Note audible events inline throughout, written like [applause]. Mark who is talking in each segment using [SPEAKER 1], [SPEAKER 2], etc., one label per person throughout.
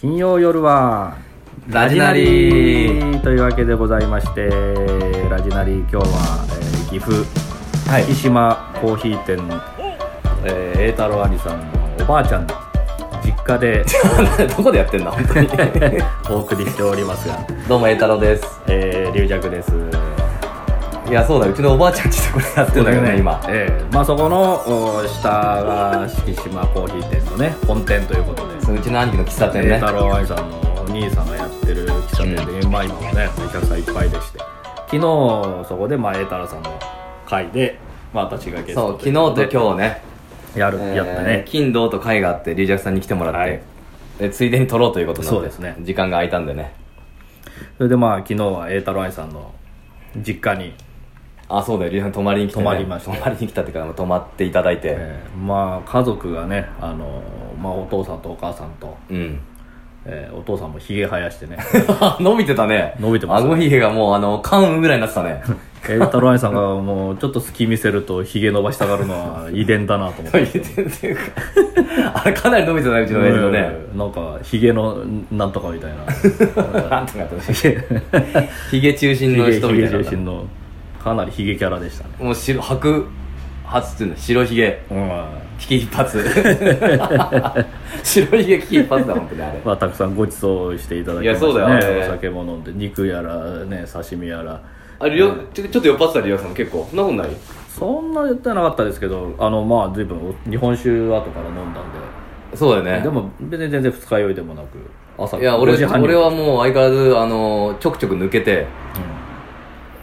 [SPEAKER 1] 金曜夜は
[SPEAKER 2] ラジナリー
[SPEAKER 1] ーというわけでございましてラジナリー今日は、えー岐阜
[SPEAKER 2] はい
[SPEAKER 1] 月島コーヒー店えー栄太郎兄さんのおばあちゃんの実家
[SPEAKER 2] [laughs]
[SPEAKER 1] で
[SPEAKER 2] [laughs] どこでやってんだ本当に
[SPEAKER 1] お送りしておりますが、
[SPEAKER 2] どうも栄太郎です
[SPEAKER 1] えー、龍尺です
[SPEAKER 2] いやそうだうちのおばあちゃんちでこれやってんだけどね今
[SPEAKER 1] えーまあ、そこのお下が月島コーヒー店のね本店ということで
[SPEAKER 2] そううちの兄貴の喫茶店
[SPEAKER 1] 栄
[SPEAKER 2] ね
[SPEAKER 1] 太郎愛さんのお兄さんがやってる喫茶店で、まあ今はねお客さんいっぱいでして昨日そこでまあ栄太郎さんの会で、まあ、私がゲス
[SPEAKER 2] そう
[SPEAKER 1] ト
[SPEAKER 2] 昨日と
[SPEAKER 1] 日
[SPEAKER 2] 今日ね
[SPEAKER 1] やる、
[SPEAKER 2] えー
[SPEAKER 1] やったね
[SPEAKER 2] 金土と会があってリージャクさんに来てもらって、
[SPEAKER 1] はい
[SPEAKER 2] でついでに撮ろうということになって
[SPEAKER 1] そうですね
[SPEAKER 2] 時間が空いたんでね
[SPEAKER 1] それでまあ昨日は栄太郎愛さんの実家に、
[SPEAKER 2] あそうだよリージャクさん泊まりに来て、ね、
[SPEAKER 1] 泊まりました
[SPEAKER 2] 泊まりに来たっていうかもう泊まっていただいて、
[SPEAKER 1] えーまあ家族がねあの、まあ、お父さんとお母さんと、
[SPEAKER 2] うん [laughs]
[SPEAKER 1] えーお父さんもひげ生やして [laughs] ね
[SPEAKER 2] 伸びてたね
[SPEAKER 1] 伸びてましたね
[SPEAKER 2] 顎ひげがもうあの関羽ぐらいになってた [laughs] ね
[SPEAKER 1] 栄太郎愛さんがもうちょっと隙見せるとひげ伸ばしたがるのは遺伝だなと思って
[SPEAKER 2] 伸びてるっていうかあれかなり伸びてたねうちの親父のね、
[SPEAKER 1] うんなんかひげのなんとかみたい [laughs] な
[SPEAKER 2] なんとかや
[SPEAKER 1] [laughs]
[SPEAKER 2] ってました
[SPEAKER 1] ひげ
[SPEAKER 2] ヒゲ中心の人みた
[SPEAKER 1] 中
[SPEAKER 2] いな
[SPEAKER 1] 心のかなりひげキャラでしたね
[SPEAKER 2] もう白白髪っていうの白ひげ
[SPEAKER 1] うん
[SPEAKER 2] 危機一髪 [laughs] 白ひげ危機一髪だ本当にあれ
[SPEAKER 1] まあ、たくさんご馳走していただきました
[SPEAKER 2] いやそうだよ
[SPEAKER 1] ね
[SPEAKER 2] ね
[SPEAKER 1] お酒も飲んで肉やらね刺身やら
[SPEAKER 2] あれりょちょちょっと酔っ払ってたりよさんも結構そんなことない
[SPEAKER 1] そんな言ってなかったですけどあのまあ随分お日本酒後から飲んだんで
[SPEAKER 2] そうだよ
[SPEAKER 1] で
[SPEAKER 2] ね
[SPEAKER 1] も別に全然二日酔いでもなく朝
[SPEAKER 2] いや俺
[SPEAKER 1] 5時半に
[SPEAKER 2] 俺はもう相変わらずあのちょくちょく抜けて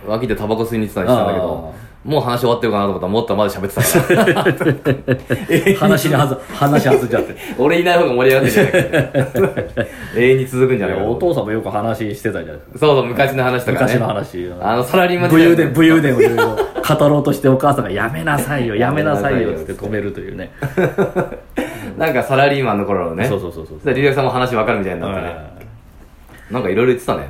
[SPEAKER 2] 脇でタバコ吸いに行ってたりしたんだけどもう話終わってるかなと思ったらもっとまだ喋ってたから
[SPEAKER 1] うん話にはず話はずじゃって
[SPEAKER 2] [laughs] 俺いない方が盛り上がってるじゃないか [laughs] 永遠に続くんじゃないかと
[SPEAKER 1] お
[SPEAKER 2] 思って
[SPEAKER 1] 父さんもよく話してたじゃないですか
[SPEAKER 2] そうそう昔の話とかね
[SPEAKER 1] 昔の話
[SPEAKER 2] あのサラリーマン
[SPEAKER 1] 武
[SPEAKER 2] 時代
[SPEAKER 1] 勇伝武勇伝をいろいろ語ろうとしてお母さんが「やめなさいよやめなさいよ」っつって止めるというね
[SPEAKER 2] なんかサラリーマンの頃のね
[SPEAKER 1] そうそうそうそう
[SPEAKER 2] そしたらリリアさんも話分かるみたいになってねなんかいろいろ言ってたね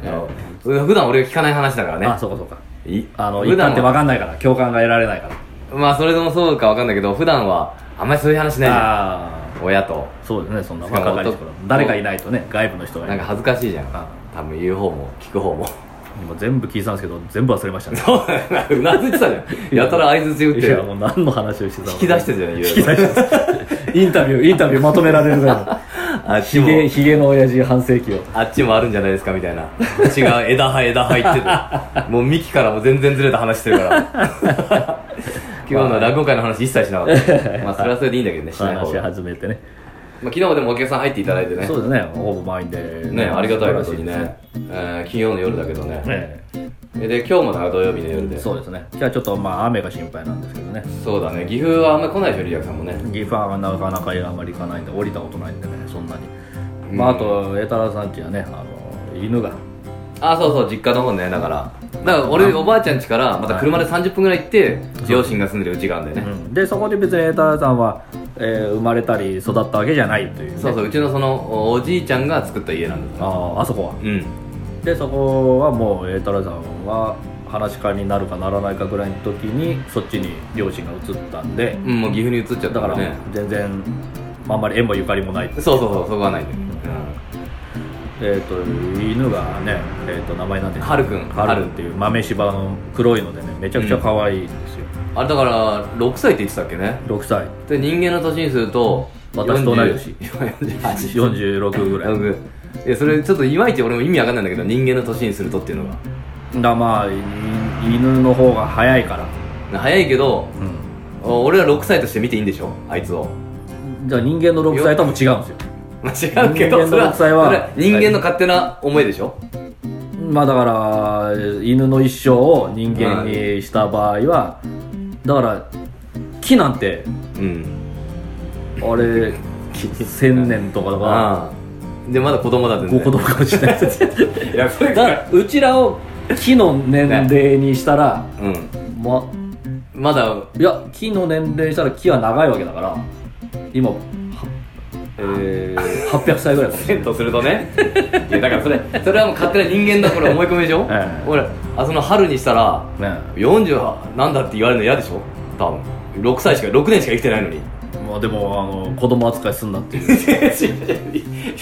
[SPEAKER 2] 普段俺が聞かない話だからね
[SPEAKER 1] あそうかそうか
[SPEAKER 2] い
[SPEAKER 1] あの
[SPEAKER 2] 普
[SPEAKER 1] 一旦
[SPEAKER 2] 段は
[SPEAKER 1] って分かんないから共感が得られないから
[SPEAKER 2] まあそれでもそうか分かんないけど普段はあんまりそういう話ないじゃん
[SPEAKER 1] ああ
[SPEAKER 2] 親と
[SPEAKER 1] そうですねそんな
[SPEAKER 2] しかも
[SPEAKER 1] 若かりし頃
[SPEAKER 2] 男
[SPEAKER 1] 誰かいないとね外部の人がい
[SPEAKER 2] な
[SPEAKER 1] なんい
[SPEAKER 2] か恥ずかしいじゃん
[SPEAKER 1] あ
[SPEAKER 2] 多分言う方も聞く方
[SPEAKER 1] [laughs]
[SPEAKER 2] も
[SPEAKER 1] もう全部聞いたんですけど全部忘れましたね
[SPEAKER 2] うなずいてたじゃんやたら相づち打っ
[SPEAKER 1] い
[SPEAKER 2] て
[SPEAKER 1] やもう何の話をしてたのか
[SPEAKER 2] 引き出してたじゃんいろいろ
[SPEAKER 1] 引き出してたインタビューインタビューまとめられ
[SPEAKER 2] [laughs]
[SPEAKER 1] るぐらいの
[SPEAKER 2] あっ
[SPEAKER 1] ひ
[SPEAKER 2] ちも
[SPEAKER 1] げひげの親父半世紀を
[SPEAKER 2] あっちもあるんじゃないですかみたいな違う枝葉枝葉言ってるもう幹からも全然ずれた話してるから今日の落語会の話一切しなかった [laughs] まあそれはそれでいいんだけどねしない
[SPEAKER 1] 話
[SPEAKER 2] 方
[SPEAKER 1] し
[SPEAKER 2] が、まあ、
[SPEAKER 1] 始めてね
[SPEAKER 2] 昨日もでもお客さん入っていただいてね
[SPEAKER 1] そうですねほぼ満員で
[SPEAKER 2] ねありがたいこ
[SPEAKER 1] 素晴ら
[SPEAKER 2] と
[SPEAKER 1] し
[SPEAKER 2] に
[SPEAKER 1] です
[SPEAKER 2] ね、えー金曜の夜だけどね
[SPEAKER 1] え
[SPEAKER 2] で今日もだから土曜日の夜
[SPEAKER 1] え
[SPEAKER 2] でそ
[SPEAKER 1] そうですね今日はちょっとまあ雨が心配なんですけどね
[SPEAKER 2] うだね岐阜はあんまり来ないでしょリアクさんもね
[SPEAKER 1] ギファーがなかなかあまり行かないんで降りたことないんでねそんなに、まああと栄太郎さんちはねあの犬が
[SPEAKER 2] あそうそう実家の方ねだからだから俺おばあちゃん家からまた車で30分ぐらい行って両親が住んでる家があるんだよね
[SPEAKER 1] でそこで別に栄太郎さんは、えー生まれたり育ったわけじゃないという,、
[SPEAKER 2] そうそううちのそのおおじいちゃんが作った家なんだよ
[SPEAKER 1] あああそこは
[SPEAKER 2] うん
[SPEAKER 1] でそこはもう栄太郎さんは話し家になるかならないかぐらいの時にそっちに両親が移ったんで
[SPEAKER 2] うん、もう岐阜に移っちゃった
[SPEAKER 1] だ
[SPEAKER 2] か
[SPEAKER 1] からら
[SPEAKER 2] ね
[SPEAKER 1] 全然あんまり縁もゆかりもない
[SPEAKER 2] そうそうそうそこはないんだよ、
[SPEAKER 1] えー、と犬がね、えー、と名前なんて
[SPEAKER 2] はるくん
[SPEAKER 1] はるっていう豆柴の黒いのでねめちゃくちゃ可愛いんですよ、
[SPEAKER 2] うん、あれだから6歳って言ってたっけね
[SPEAKER 1] 6歳
[SPEAKER 2] で人間の年にすると
[SPEAKER 1] 私と同い年
[SPEAKER 2] 48
[SPEAKER 1] 46ぐらいだか
[SPEAKER 2] いやそれちょっといまいち俺も意味わかんないんだけど人間の年にするとっていうの
[SPEAKER 1] らまあい犬の方が早いから、
[SPEAKER 2] が早いけどお俺は6歳として見ていいんでしょあいつを
[SPEAKER 1] じゃあ人間の6歳とも違うんですよ
[SPEAKER 2] まあ違うけど
[SPEAKER 1] 人間の
[SPEAKER 2] それは
[SPEAKER 1] 6歳は
[SPEAKER 2] それは人間の勝手な思いでしょ、
[SPEAKER 1] まあだから犬の一生を人間にした場合はだから木なんて
[SPEAKER 2] うん
[SPEAKER 1] あれ1000年とかだか
[SPEAKER 2] ああでまだ子供だって
[SPEAKER 1] らご子供かもしれないです
[SPEAKER 2] [laughs] いやそれ
[SPEAKER 1] だからうちらを木の年齢にしたら、
[SPEAKER 2] うん
[SPEAKER 1] ま
[SPEAKER 2] まだ、 [laughs]
[SPEAKER 1] いや木の年齢したら木は長いわけだから今
[SPEAKER 2] えー、
[SPEAKER 1] 800歳ぐらいかもしれ
[SPEAKER 2] とするとねいやだからそれそれはもう勝手な人間だこれ思い込みでしょ、
[SPEAKER 1] [laughs] ええ
[SPEAKER 2] 俺あその春にしたら
[SPEAKER 1] ない、ね
[SPEAKER 2] [laughs] 40なんだって言われるの嫌でしょ多分6歳しか6年しか生きてないのに
[SPEAKER 1] えまあでもあの子供扱いすんなっていう
[SPEAKER 2] い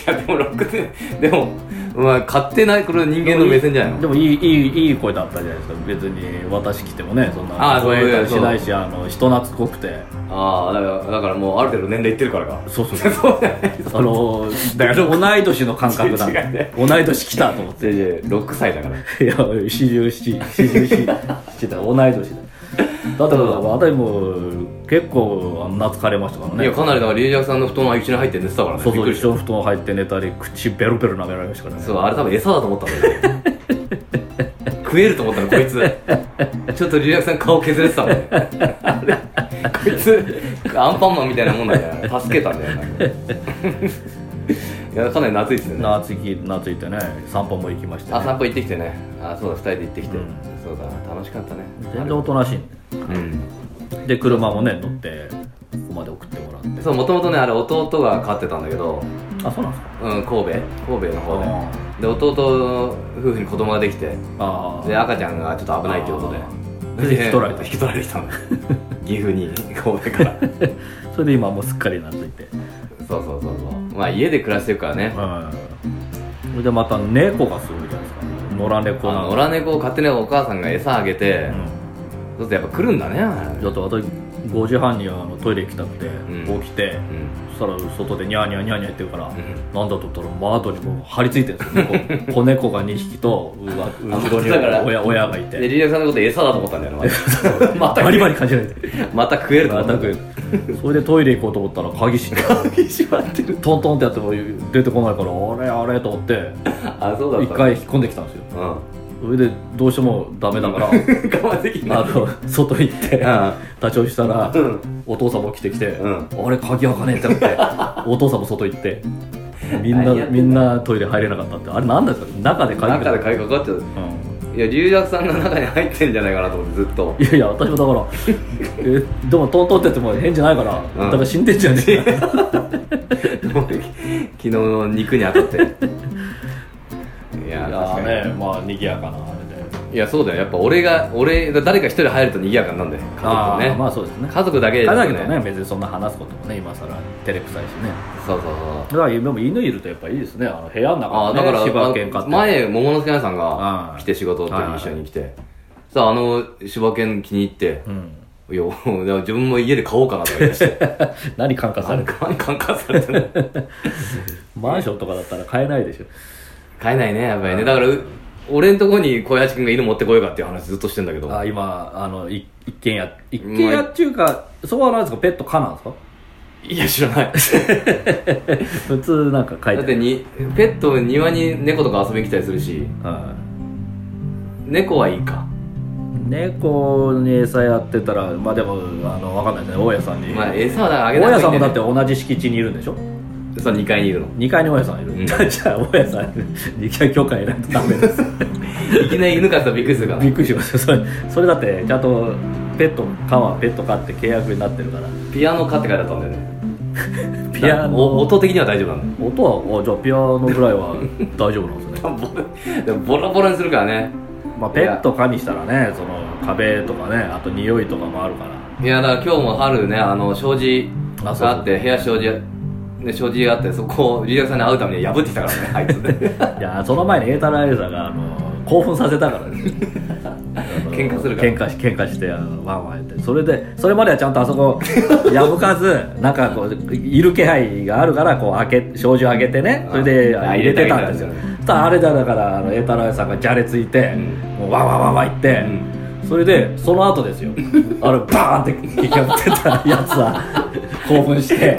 [SPEAKER 2] やでもロックででもまあ勝手ないこれは人間の目線じゃないの
[SPEAKER 1] でもいいいいいい声だったじゃないですか別に私来てもねそん
[SPEAKER 2] あ
[SPEAKER 1] な
[SPEAKER 2] あそう
[SPEAKER 1] 声
[SPEAKER 2] いう
[SPEAKER 1] しないしあの人懐っこくて
[SPEAKER 2] ああだからだからもうある程度年齢いってるからか
[SPEAKER 1] そうそうそう
[SPEAKER 2] そうじゃない
[SPEAKER 1] あの
[SPEAKER 2] だから
[SPEAKER 1] 同い年の感覚だ
[SPEAKER 2] 違うね
[SPEAKER 1] 同い年来たと思って
[SPEAKER 2] 違う違う6歳だから
[SPEAKER 1] いや4747だ同い年だだってもう私も結構あの懐かれましたからね
[SPEAKER 2] いやかなりだからリュウジャクさんの布団の空き地に入って寝てたからね
[SPEAKER 1] そうそう
[SPEAKER 2] びっくりし
[SPEAKER 1] 一緒の布団入って寝たり口ベロベロ舐められましたから
[SPEAKER 2] た
[SPEAKER 1] ね
[SPEAKER 2] そうあれ多分餌だと思ったんだよね食えると思ったのこいつちょっとリュウジャクさん顔削れてたもんねあれこいつアンパンマンみたいなもんだから助けたんだよなんかいやかなり懐いてたよね
[SPEAKER 1] 夏行き夏行ってね散歩も行きました、
[SPEAKER 2] あ
[SPEAKER 1] ね、
[SPEAKER 2] 散歩行ってきてねあそうだ2人で行ってきて、
[SPEAKER 1] うん
[SPEAKER 2] そうだ楽しかったね
[SPEAKER 1] 全然おとなしいね
[SPEAKER 2] うん
[SPEAKER 1] で車もね乗ってここまで送ってもらって
[SPEAKER 2] そうもともとねあれ弟が飼ってたんだけど、
[SPEAKER 1] あそうなんですか
[SPEAKER 2] うん、神戸神戸の方で
[SPEAKER 1] あ
[SPEAKER 2] で弟の夫婦に子供ができて
[SPEAKER 1] ああ
[SPEAKER 2] で赤ちゃんがちょっと危ないということで
[SPEAKER 1] あーで引き取られた
[SPEAKER 2] 引き取られてきたの [laughs] 岐阜に神戸から
[SPEAKER 1] それで今もうすっかりなついて
[SPEAKER 2] そうそうそうそうまあ家で暮らしてるからね
[SPEAKER 1] うんそれでまた猫がすごいじゃないですか野良
[SPEAKER 2] あ
[SPEAKER 1] 猫な
[SPEAKER 2] の
[SPEAKER 1] の
[SPEAKER 2] 野良猫を勝手にお母さんが餌あげて、ちょっとやっぱ来るんだねあ
[SPEAKER 1] うん
[SPEAKER 2] れ
[SPEAKER 1] だって私5時半にあのトイレ行きたくて、
[SPEAKER 2] うん
[SPEAKER 1] 起きて
[SPEAKER 2] うん
[SPEAKER 1] そしたら外でニャーニャーニャーニャー言ってるから、
[SPEAKER 2] ん
[SPEAKER 1] なんだと思ったら窓にもう張り付いてるんですよ
[SPEAKER 2] [laughs]
[SPEAKER 1] 猫子猫が2匹とうわ後ろに
[SPEAKER 2] だから
[SPEAKER 1] 親親がい
[SPEAKER 2] で
[SPEAKER 1] て
[SPEAKER 2] リリアさんのこと餌だと思ったんだよね [laughs] また
[SPEAKER 1] バリバリ感じられて
[SPEAKER 2] また食えると思った
[SPEAKER 1] 全くそれでトイレ行こうと思ったら鍵閉めて
[SPEAKER 2] 鍵閉まってる
[SPEAKER 1] トントンってやっても出てこないからあれあれと思って
[SPEAKER 2] あそうだった
[SPEAKER 1] 一回引っ込んできたんですよ
[SPEAKER 2] うん我
[SPEAKER 1] それでどうしてもダメだ
[SPEAKER 2] [laughs]
[SPEAKER 1] から
[SPEAKER 2] 慢できない
[SPEAKER 1] あの外行って立ち寄りしたら
[SPEAKER 2] うん
[SPEAKER 1] お父さんも来てきて、
[SPEAKER 2] うん
[SPEAKER 1] あれ鍵開かねえって思って
[SPEAKER 2] [laughs]
[SPEAKER 1] お父さんも外行ってみんな
[SPEAKER 2] 何やってんだ
[SPEAKER 1] みんなトイレ入れなかったってあれ何なんですか中で鍵
[SPEAKER 2] 中で
[SPEAKER 1] 開け
[SPEAKER 2] 鍵かかっちゃう
[SPEAKER 1] たうん
[SPEAKER 2] いや龍尺さんが中に入ってんじゃないかなと思ってずっと
[SPEAKER 1] いやいや私
[SPEAKER 2] [laughs]
[SPEAKER 1] もだからえでもトントンってやっても変じゃないから、だから死んでんじゃね
[SPEAKER 2] [laughs]
[SPEAKER 1] えか
[SPEAKER 2] 昨日の肉に当たっていや
[SPEAKER 1] い
[SPEAKER 2] 確かに
[SPEAKER 1] やーねまあ賑やかなあれで
[SPEAKER 2] いやそうだよやっぱ俺が俺が誰か一人入ると賑やかになるんだよ家族と
[SPEAKER 1] あ
[SPEAKER 2] ね、
[SPEAKER 1] ーまあそうですね
[SPEAKER 2] 家族だけ
[SPEAKER 1] だ
[SPEAKER 2] だ
[SPEAKER 1] けどね別にそんな話すこともね今更照れくさいしね
[SPEAKER 2] そうそうそう
[SPEAKER 1] だからでも犬いるとやっぱいいですねあの部屋の中
[SPEAKER 2] ああ
[SPEAKER 1] で、
[SPEAKER 2] だ
[SPEAKER 1] ね、
[SPEAKER 2] から、
[SPEAKER 1] 柴犬飼
[SPEAKER 2] あ
[SPEAKER 1] って
[SPEAKER 2] の前桃之助姉さん
[SPEAKER 1] は
[SPEAKER 2] が
[SPEAKER 1] い
[SPEAKER 2] 来て仕事の時
[SPEAKER 1] はいはい
[SPEAKER 2] に一緒に来てさああの柴犬気に入って
[SPEAKER 1] うん、 [laughs]
[SPEAKER 2] いや [laughs] 自分も家で買おうかなとか言い出して
[SPEAKER 1] 何感化
[SPEAKER 2] あ
[SPEAKER 1] され
[SPEAKER 2] れ
[SPEAKER 1] る
[SPEAKER 2] カンカンカンされてね
[SPEAKER 1] [laughs] マンションとかだったら買えないでしょ
[SPEAKER 2] 買えないねやっぱりねだからう俺んとこに小八君が犬持ってこようかっていう話ずっとしてんだけど
[SPEAKER 1] あ今あのい一軒家一軒家っていうか、そこは何ですかペット可なんですか
[SPEAKER 2] いや知らない [laughs]
[SPEAKER 1] 普通なんか書い
[SPEAKER 2] だって
[SPEAKER 1] あ
[SPEAKER 2] て
[SPEAKER 1] る
[SPEAKER 2] にペット庭に猫とか遊びに来たりするし
[SPEAKER 1] はい
[SPEAKER 2] 猫はいいか
[SPEAKER 1] 猫に餌やってたらまあでもあのわかんないですね大家さんに、
[SPEAKER 2] まあ餌はだからあ
[SPEAKER 1] 大
[SPEAKER 2] げない
[SPEAKER 1] 家さ
[SPEAKER 2] と
[SPEAKER 1] んも
[SPEAKER 2] い
[SPEAKER 1] だ
[SPEAKER 2] け
[SPEAKER 1] って同じ敷地にいるんでしょ
[SPEAKER 2] てそう2階にいるの
[SPEAKER 1] 2階に大家さんいる、
[SPEAKER 2] う
[SPEAKER 1] [laughs]
[SPEAKER 2] ん
[SPEAKER 1] じゃあ大家さん2階許可いないとダメです
[SPEAKER 2] いきなり犬飼ったらびっくりするから
[SPEAKER 1] びっくりしますよそれそれだってちゃんとペットかはペットかって契約になってるから
[SPEAKER 2] ピアノ飼って書いてあったんだよね
[SPEAKER 1] ピア
[SPEAKER 2] なお
[SPEAKER 1] ノ
[SPEAKER 2] 音的には大丈夫なんだよ
[SPEAKER 1] 音はあじゃあピアノぐらいは [laughs] 大丈夫なんですね
[SPEAKER 2] ボロでもボロボロにするからね
[SPEAKER 1] まあ、ペット蚊にしたらねその壁とかねあと匂いとかもあるから
[SPEAKER 2] いやだから今日も春ねあの障子が
[SPEAKER 1] あそう
[SPEAKER 2] あって部屋障子ね障子があってそこをリリアさんに会うために破ってきたか
[SPEAKER 1] [laughs]
[SPEAKER 2] らねあいつね
[SPEAKER 1] いやその前にエータライザーがあの興奮させた
[SPEAKER 2] [laughs]
[SPEAKER 1] からね
[SPEAKER 2] 喧嘩するから
[SPEAKER 1] 喧嘩し喧嘩してあのワンワンやってそれでそれまではちゃんとあそこ破かずなんかこういる気配があるからこう開け障子を開けてねそれで
[SPEAKER 2] あ
[SPEAKER 1] 入れてたんですよ
[SPEAKER 2] 入れて
[SPEAKER 1] ただあれだだからあのエータライザーがじゃれついて、
[SPEAKER 2] うん
[SPEAKER 1] もうワンワンワンワン言って、それでその後ですよあれバーンって激破ってたやつ
[SPEAKER 2] [laughs]
[SPEAKER 1] は興奮して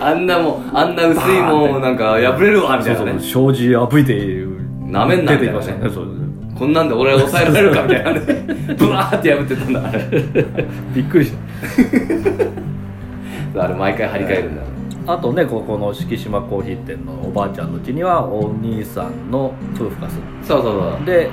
[SPEAKER 2] あんなもんあんな薄いもんなんか破れるわみたいなね
[SPEAKER 1] そうそう障子破いて
[SPEAKER 2] なめんな
[SPEAKER 1] 出てきました
[SPEAKER 2] みたい
[SPEAKER 1] ね
[SPEAKER 2] なね
[SPEAKER 1] そう
[SPEAKER 2] こんなんで俺は抑えられるかみたい
[SPEAKER 1] [laughs]
[SPEAKER 2] なねブワーって破ってたんだあれ
[SPEAKER 1] びっくりした
[SPEAKER 2] あれ毎回張り替えるんだ
[SPEAKER 1] あとねここの敷島コーヒー店のおばあちゃんの家にはお兄さんの夫婦が住ん
[SPEAKER 2] そうそうそう
[SPEAKER 1] でで、えー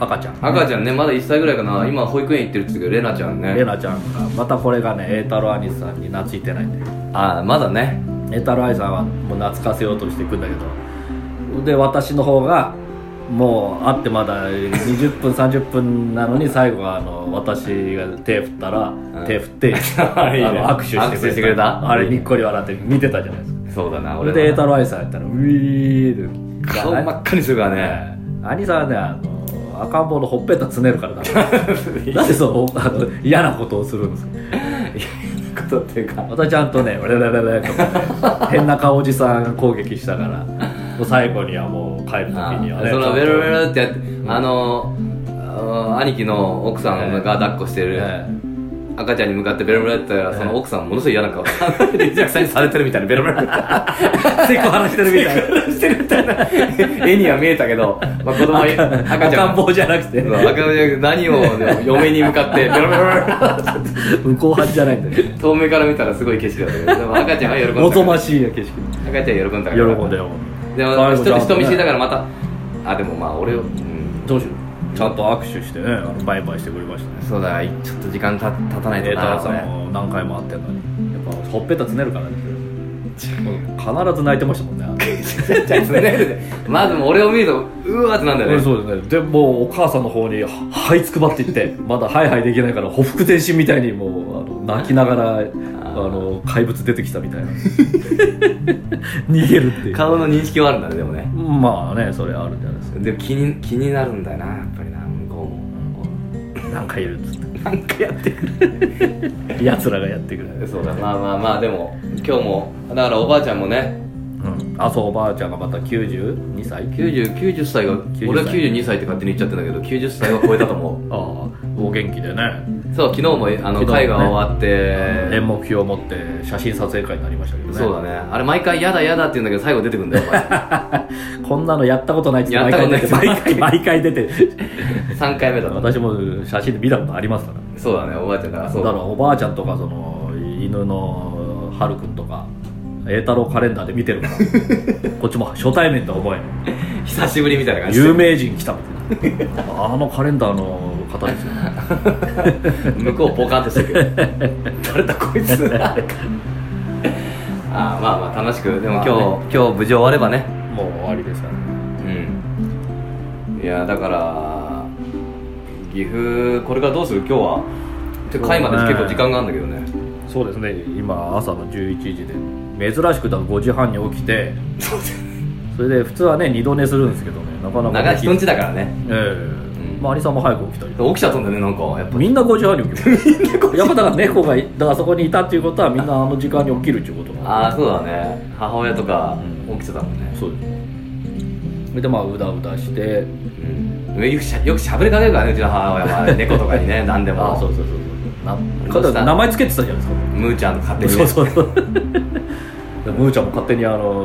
[SPEAKER 1] 赤ちゃん
[SPEAKER 2] 赤ちゃんねまだ1歳ぐらいかな今保育園行ってるって言ってたけどレナちゃんね
[SPEAKER 1] レナちゃんがまたこれがね栄太郎兄さんに懐いてないんだよ
[SPEAKER 2] ああまだね
[SPEAKER 1] 栄太郎兄さんはもう懐かせようとしていくんだけどで私の方がもう会ってまだ20分30分なのに最後はあの私が手振ったら、
[SPEAKER 2] ん
[SPEAKER 1] 手振ってあ
[SPEAKER 2] [laughs] いいね
[SPEAKER 1] の握手してくれた
[SPEAKER 2] 握手してくれた
[SPEAKER 1] あれにっこり笑って見てたじゃないですか
[SPEAKER 2] そうだな
[SPEAKER 1] それ
[SPEAKER 2] 俺
[SPEAKER 1] で栄
[SPEAKER 2] は
[SPEAKER 1] 太郎兄さんやったらウィーで
[SPEAKER 2] 顔真っ赤にするからね
[SPEAKER 1] 兄さんはねあの赤ん坊のほっぺたつねるからだ
[SPEAKER 2] [laughs]
[SPEAKER 1] なんでそのあの嫌なことをするんですか
[SPEAKER 2] いやことっていうか
[SPEAKER 1] またちゃんとね「レレレレ」とかね変な顔おじさん攻撃したからもう最後にはもう帰る時
[SPEAKER 2] あ
[SPEAKER 1] にはね
[SPEAKER 2] その
[SPEAKER 1] ち
[SPEAKER 2] ベ
[SPEAKER 1] ゃんと
[SPEAKER 2] ロベロってやってあのあ兄貴の奥さんが抱っこしてる、
[SPEAKER 1] え
[SPEAKER 2] 赤ちゃんに向かってベロベロやったら、その奥さんものすごい嫌な顔 [laughs] リアクションされてるみたいなベロベロ
[SPEAKER 1] えセコハラしてるみたいな
[SPEAKER 2] [laughs] 絵には見えたけど、まあ、子供は赤ちゃん
[SPEAKER 1] 赤ん坊じゃなくて
[SPEAKER 2] そう赤ちゃんが何をでも嫁に向かってベロベロベロ
[SPEAKER 1] 向こう派じゃないんだよね
[SPEAKER 2] 遠目から見たらすごい景色だったけどでも赤ちゃんは喜んだから
[SPEAKER 1] おぞましいや景色
[SPEAKER 2] 赤ちゃん喜んだか
[SPEAKER 1] 喜
[SPEAKER 2] ら
[SPEAKER 1] んだよ
[SPEAKER 2] で
[SPEAKER 1] 最
[SPEAKER 2] も
[SPEAKER 1] 後ち
[SPEAKER 2] 人
[SPEAKER 1] ゃんとね
[SPEAKER 2] 人見知りだからまたあでもまあ俺を、うん、
[SPEAKER 1] どうしようちゃんと握手してねあのバイバイしてくれましたね
[SPEAKER 2] そうだちょっと時間た経たない
[SPEAKER 1] デ
[SPEAKER 2] と
[SPEAKER 1] ータ
[SPEAKER 2] な
[SPEAKER 1] さん
[SPEAKER 2] 俺
[SPEAKER 1] も何回も会ってんのにやっぱほっぺたつねるからねもう必ず泣いてましたもんねあれ
[SPEAKER 2] [laughs] じゃあつねるでまずもう俺を見るとうわーってなんだよね
[SPEAKER 1] そうですねでもうお母さんの方にははいつくばっていってまだハイハイできないからほふく前進みたいにもうあの泣きながらあの怪物出てきたみたいな [laughs] 逃げるっていう
[SPEAKER 2] 顔の認識はあるんだねでもね
[SPEAKER 1] まあねそれあるじゃないですか
[SPEAKER 2] でも気に気になるんだよなやっぱりな向こうも
[SPEAKER 1] なんかいるっつっ
[SPEAKER 2] なんかやってく
[SPEAKER 1] [laughs] てやつらがやってくる、
[SPEAKER 2] るそうだまあまあまあでも今日もだからおばあちゃんもね
[SPEAKER 1] うん、あそうおばあちゃんがまた92歳
[SPEAKER 2] 90, 90歳が
[SPEAKER 1] 90歳
[SPEAKER 2] 俺は92歳って勝手に言っちゃってんだけど90歳は超えたと
[SPEAKER 1] [laughs]
[SPEAKER 2] 思
[SPEAKER 1] ああお元気でね
[SPEAKER 2] うそう昨日もあの、
[SPEAKER 1] 昨日もね
[SPEAKER 2] 会が終わって、
[SPEAKER 1] 演目表を持って写真撮影会になりましたけどね
[SPEAKER 2] そうだねあれ毎回「やだやだ」って言うんだけど最後出てくんだよお前
[SPEAKER 1] [laughs] こんなのやったことないっつって
[SPEAKER 2] やっ
[SPEAKER 1] 毎
[SPEAKER 2] たこ
[SPEAKER 1] 回
[SPEAKER 2] とな
[SPEAKER 1] 出て
[SPEAKER 2] い
[SPEAKER 1] 毎回毎回出て
[SPEAKER 2] 3回目だと
[SPEAKER 1] 私も写真で見たことありますから
[SPEAKER 2] そうだねおばあちゃんだからそ
[SPEAKER 1] だ
[SPEAKER 2] う
[SPEAKER 1] からおばあちゃんとかその犬のはるくんとか栄太郎カレンダーで見てるからこっちも初対面とは思えない
[SPEAKER 2] 久しぶりみたいな感じ
[SPEAKER 1] 有名人来たみたいなあのカレンダーの方ですよね
[SPEAKER 2] 向こうポカンとしてるけど誰だこいつああまあまあ楽しくでも今日、今日無事終わればね
[SPEAKER 1] もう終わりですからね
[SPEAKER 2] うんいやだから岐阜これからどうする今日はちょっと会まで結構時間があるんだけどね
[SPEAKER 1] そうですね今朝の11時で珍しくだから5時半に起きてそれで普通はね二度寝するんですけどねなかなか
[SPEAKER 2] 長い
[SPEAKER 1] でき
[SPEAKER 2] 人んちだからね
[SPEAKER 1] ええ
[SPEAKER 2] ん
[SPEAKER 1] まあ、兄さんも早く起きたり
[SPEAKER 2] 起きちゃったんだねなんかやっぱ
[SPEAKER 1] みんな5時半に起きるやっぱだから猫がいだからそこにいたっていうことはみんなあの時間に起きるっていうことなん
[SPEAKER 2] ああそうだね母親とか
[SPEAKER 1] う
[SPEAKER 2] 起きてたもん
[SPEAKER 1] で
[SPEAKER 2] ね
[SPEAKER 1] そうですそれでまあうだうだして
[SPEAKER 2] うんよくしゃよくしゃべりかけるからねうちの母親は猫とか
[SPEAKER 1] [laughs]
[SPEAKER 2] にね何で
[SPEAKER 1] ああそう
[SPEAKER 2] も
[SPEAKER 1] そうそうそ
[SPEAKER 2] ど
[SPEAKER 1] ううな
[SPEAKER 2] した
[SPEAKER 1] 名前つけてたじゃないですか
[SPEAKER 2] むーちゃんと勝手に
[SPEAKER 1] そう
[SPEAKER 2] ね
[SPEAKER 1] そうそう [laughs] でムーちゃんも勝手にあの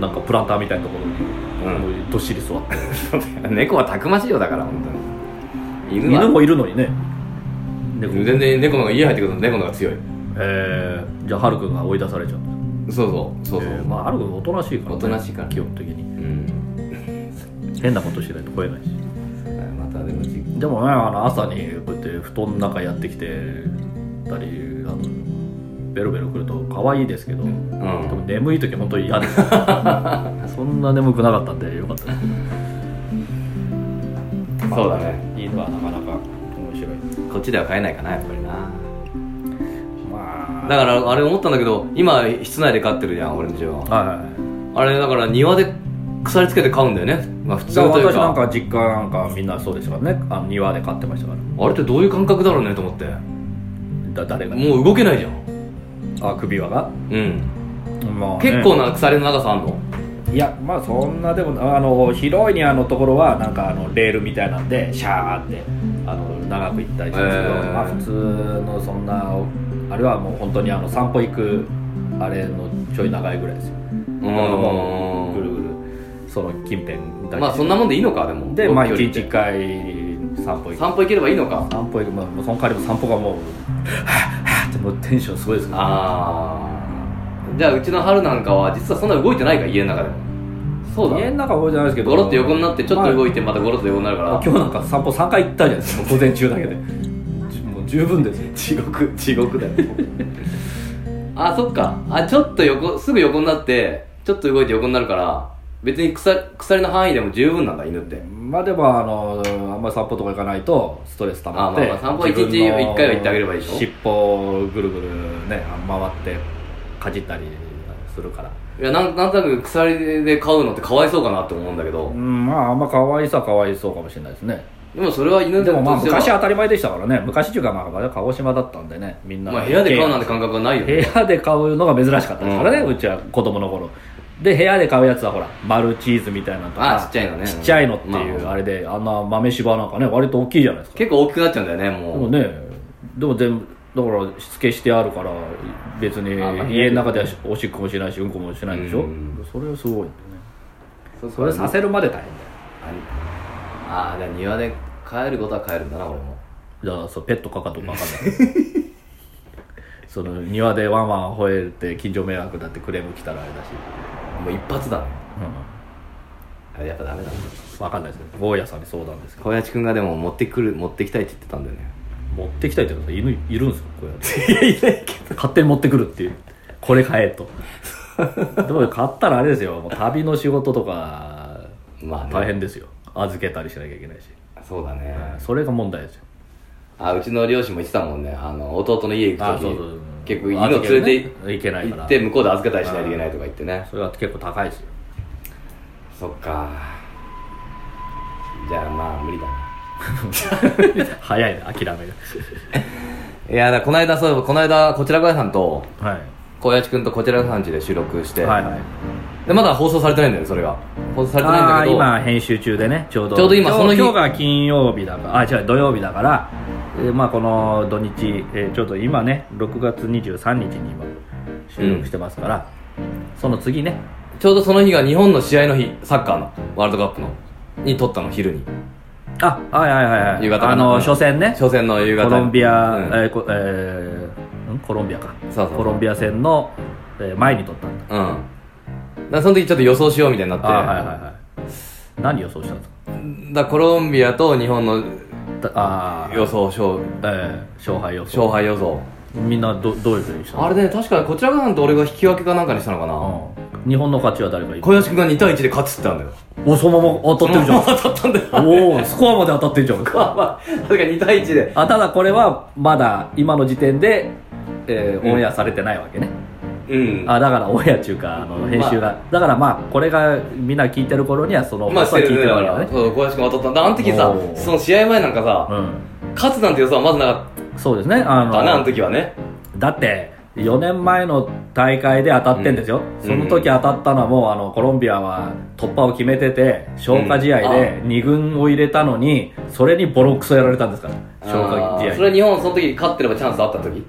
[SPEAKER 1] なんかプランターみたいなところに、
[SPEAKER 2] う
[SPEAKER 1] どっしり座って
[SPEAKER 2] 猫はたくましいよだから本当に犬は
[SPEAKER 1] 犬もいるのにね猫も
[SPEAKER 2] 全然猫の方が家入ってくると猫の方が強い
[SPEAKER 1] えー、じゃあはるくんが追い出されちゃうんで
[SPEAKER 2] そうそうそう
[SPEAKER 1] す
[SPEAKER 2] そう、
[SPEAKER 1] えーまあはるくんおとなしいから、
[SPEAKER 2] おとなしいから
[SPEAKER 1] 基本的に
[SPEAKER 2] うん
[SPEAKER 1] 変なことしないと吠えないし
[SPEAKER 2] またでもじ
[SPEAKER 1] でもねあの朝にこうやって布団の中やってきてたりあのベロベロくると可愛いですけど、
[SPEAKER 2] う
[SPEAKER 1] でも
[SPEAKER 2] ん
[SPEAKER 1] 眠い時本当に嫌です [laughs] そんな眠くなかったんでよかったです
[SPEAKER 2] そうだね
[SPEAKER 1] [laughs] 犬はなかなか面白い
[SPEAKER 2] こっちでは飼えないかなやっぱりな
[SPEAKER 1] ま
[SPEAKER 2] だからあれ思ったんだけど今室内で飼ってるじゃん俺んちは
[SPEAKER 1] あはいはい
[SPEAKER 2] あれだから庭で鎖つけて飼うんだよねまあ普通
[SPEAKER 1] じゃあ
[SPEAKER 2] という
[SPEAKER 1] 私な
[SPEAKER 2] か
[SPEAKER 1] んか実家なんかみんなそうでしたからねあの庭で飼ってましたから
[SPEAKER 2] あれってどういう感覚だろうねと思って
[SPEAKER 1] だ誰が
[SPEAKER 2] もう動けないじゃん
[SPEAKER 1] あ首輪が、
[SPEAKER 2] うん
[SPEAKER 1] まあね
[SPEAKER 2] 結構な鎖の長さあんの
[SPEAKER 1] いやまあそんなでもあの広いにあのところはなんかあのレールみたいなんでシャーってあの長く行ったりしますけど、
[SPEAKER 2] へー
[SPEAKER 1] まあ普通のそんなあれはもう本当にあの散歩行くあれのちょい長いぐらいですよだからもうぐるぐるその近辺だけ
[SPEAKER 2] まあそんなもんでいいのかでも
[SPEAKER 1] でまあ1
[SPEAKER 2] 距離っ
[SPEAKER 1] 日
[SPEAKER 2] て
[SPEAKER 1] 1回散歩行く
[SPEAKER 2] 散歩行ければいいのか
[SPEAKER 1] 散歩行く、まあ、もうその代わりも散歩がもうはぁはぁってもうテンションすごいですから
[SPEAKER 2] ああじゃあうちの春なんかは実はそんな動いてないから家の中でもそうだ
[SPEAKER 1] 家の中は多いじゃないですけど
[SPEAKER 2] ゴロッと横になってちょっと動
[SPEAKER 1] い
[SPEAKER 2] いてまたゴロッと横になるか
[SPEAKER 1] た
[SPEAKER 2] ら、
[SPEAKER 1] 今日なんか散歩3回行ったじゃないですか午前中だけでじもう十分ですよ
[SPEAKER 2] 地獄地獄だよあそっかあちょっと横すぐ横になってちょっと動いて横になるから別に鎖鎖の範囲でも十分なんだ犬って
[SPEAKER 1] まあでもあのあんまり散歩とか行かないとストレス溜まって
[SPEAKER 2] あまあまあ散歩一日
[SPEAKER 1] 自分の
[SPEAKER 2] 一回は行ってあげればいいでしょ
[SPEAKER 1] 尻尾をぐるぐるね回ってかじったりするから
[SPEAKER 2] いやなんなんとなく鎖で飼うのってかわいそうかなって思うんだけど
[SPEAKER 1] うんまああんま可愛さ可哀想かもしれないですね
[SPEAKER 2] でもそれは犬
[SPEAKER 1] で
[SPEAKER 2] で
[SPEAKER 1] もまあ昔
[SPEAKER 2] は
[SPEAKER 1] 当たり前でしたからね昔っていうかまあまだ鹿児島だったんでねみんな、
[SPEAKER 2] まあ部屋で飼うなんて感覚はないよ
[SPEAKER 1] 部
[SPEAKER 2] ね
[SPEAKER 1] 屋で買うのが珍しかったですからね、う
[SPEAKER 2] うん
[SPEAKER 1] ちは子供の頃で部屋で買うやつはほらマルチーズみたいなのとか
[SPEAKER 2] あちっちゃいのね
[SPEAKER 1] ちっちゃいのっていう、
[SPEAKER 2] まあ
[SPEAKER 1] あれであんな豆柴なんかね割と大きいじゃないですか
[SPEAKER 2] 結構大きくなっちゃうんだよね
[SPEAKER 1] で
[SPEAKER 2] も
[SPEAKER 1] も
[SPEAKER 2] う
[SPEAKER 1] ねでも全部だからしつけしてあるから別に
[SPEAKER 2] あまあ
[SPEAKER 1] 家の中ではおしっこもしないしうんこもしないでしょ
[SPEAKER 2] うん
[SPEAKER 1] それはすごいんだよね
[SPEAKER 2] そう
[SPEAKER 1] それさせるまで大変
[SPEAKER 2] ああじゃあ庭で飼えることは飼えるんだな俺も
[SPEAKER 1] だよじゃあそうペットかかとかわかんない [laughs] その庭でワンワン吠えて近所迷惑だってクレーム来たらあれだし、
[SPEAKER 2] もう一発だね
[SPEAKER 1] う
[SPEAKER 2] あれやっぱダメだね
[SPEAKER 1] ん、わかんないですけどゴーヤさんに相談ですけど
[SPEAKER 2] 小林くんがでも持ってくる持ってきたいって言ってたんだよね
[SPEAKER 1] 持ってきたいってことは犬いるんですかこうやって [laughs] いやいないけど勝手に持ってくるっていうこれ買えとでも買ったらあれですよもう旅の仕事とか
[SPEAKER 2] まあね
[SPEAKER 1] 大変ですよ預けたりしなきゃいけないし、
[SPEAKER 2] そうだね
[SPEAKER 1] それが問題ですよ
[SPEAKER 2] あうちの両親も言ってたもんねあの弟の家行く時結構犬を
[SPEAKER 1] 預
[SPEAKER 2] 連
[SPEAKER 1] ける
[SPEAKER 2] れ
[SPEAKER 1] ね
[SPEAKER 2] て
[SPEAKER 1] いけないか
[SPEAKER 2] 行
[SPEAKER 1] ら
[SPEAKER 2] って向こうで預けたりしないといけないとか言ってね
[SPEAKER 1] それは結構高い [laughs] ですよ
[SPEAKER 2] そっかじゃあまあ無理だな
[SPEAKER 1] 早いね諦めが
[SPEAKER 2] いやだこの間そういえばこの間こちら小屋さんと
[SPEAKER 1] はい
[SPEAKER 2] 小林くんとこちらさんちで収録して、
[SPEAKER 1] はいはい
[SPEAKER 2] でまだ放送されてないんだよそれが放送されてないんだ
[SPEAKER 1] あ
[SPEAKER 2] け
[SPEAKER 1] ー
[SPEAKER 2] ど
[SPEAKER 1] 今編集中でねちょうど
[SPEAKER 2] ちょうど今その日
[SPEAKER 1] 今日が金曜日だからあ違う土曜日だから、えーまあ、この土日、えーちょうど今ね6月23日に今収録してますから、その次ね
[SPEAKER 2] ちょうどその日が日本の試合の日サッカーのワールドカップのに撮ったの昼に
[SPEAKER 1] あはいはいはいはい
[SPEAKER 2] 夕方かな
[SPEAKER 1] あの初戦ね
[SPEAKER 2] 初戦の夕方
[SPEAKER 1] コロンビア、
[SPEAKER 2] うん
[SPEAKER 1] えーこえーんコロンビアか
[SPEAKER 2] そうそう
[SPEAKER 1] コロンビア戦の、えー前に撮ったんだ
[SPEAKER 2] うんだからその時ちょっと予想しようみたいになって
[SPEAKER 1] あはいはいはい何予想したんです
[SPEAKER 2] だからコロンビアと日本の
[SPEAKER 1] かああ、
[SPEAKER 2] 予想勝
[SPEAKER 1] えー勝敗予想
[SPEAKER 2] 勝敗予想
[SPEAKER 1] みんなどどういうふうにしたの
[SPEAKER 2] あれね確かこちらさんと俺が引き分けかなんかにしたのかな、
[SPEAKER 1] うん日本の勝ちは誰かいる
[SPEAKER 2] 小林君が2対1で勝つって言ったんだよ
[SPEAKER 1] おそのまま当たってるじゃん
[SPEAKER 2] [laughs] 当たったんだよ
[SPEAKER 1] おおスコアまで当たってるじゃん
[SPEAKER 2] まあまあ確かに2対1で
[SPEAKER 1] あただこれはまだ今の時点で、えーオンエアされてないわけね、
[SPEAKER 2] うん
[SPEAKER 1] あだからオンエア中かあの編集が、だからまあこれがみんな聞いてる頃にはその
[SPEAKER 2] まあして
[SPEAKER 1] 聞いて
[SPEAKER 2] るね
[SPEAKER 1] る
[SPEAKER 2] だ
[SPEAKER 1] わ
[SPEAKER 2] か
[SPEAKER 1] けだ
[SPEAKER 2] ら
[SPEAKER 1] ね
[SPEAKER 2] そう小林君当たったんだあの時さ
[SPEAKER 1] おー
[SPEAKER 2] その試合前なんかさ、勝つなんて予想はまずなか
[SPEAKER 1] うんそうですねあ
[SPEAKER 2] っ
[SPEAKER 1] の
[SPEAKER 2] たなあの時はね
[SPEAKER 1] だって4年前の大会で当たってんですよ、
[SPEAKER 2] うん
[SPEAKER 1] その時当たったのはもうあのコロンビアは突破を決めてて消化試合で2軍を入れたのにそれにボロクソやられたんですから消化
[SPEAKER 2] あ
[SPEAKER 1] 試
[SPEAKER 2] ー
[SPEAKER 1] 合
[SPEAKER 2] それは日本その時勝ってればチャンスあった時
[SPEAKER 1] い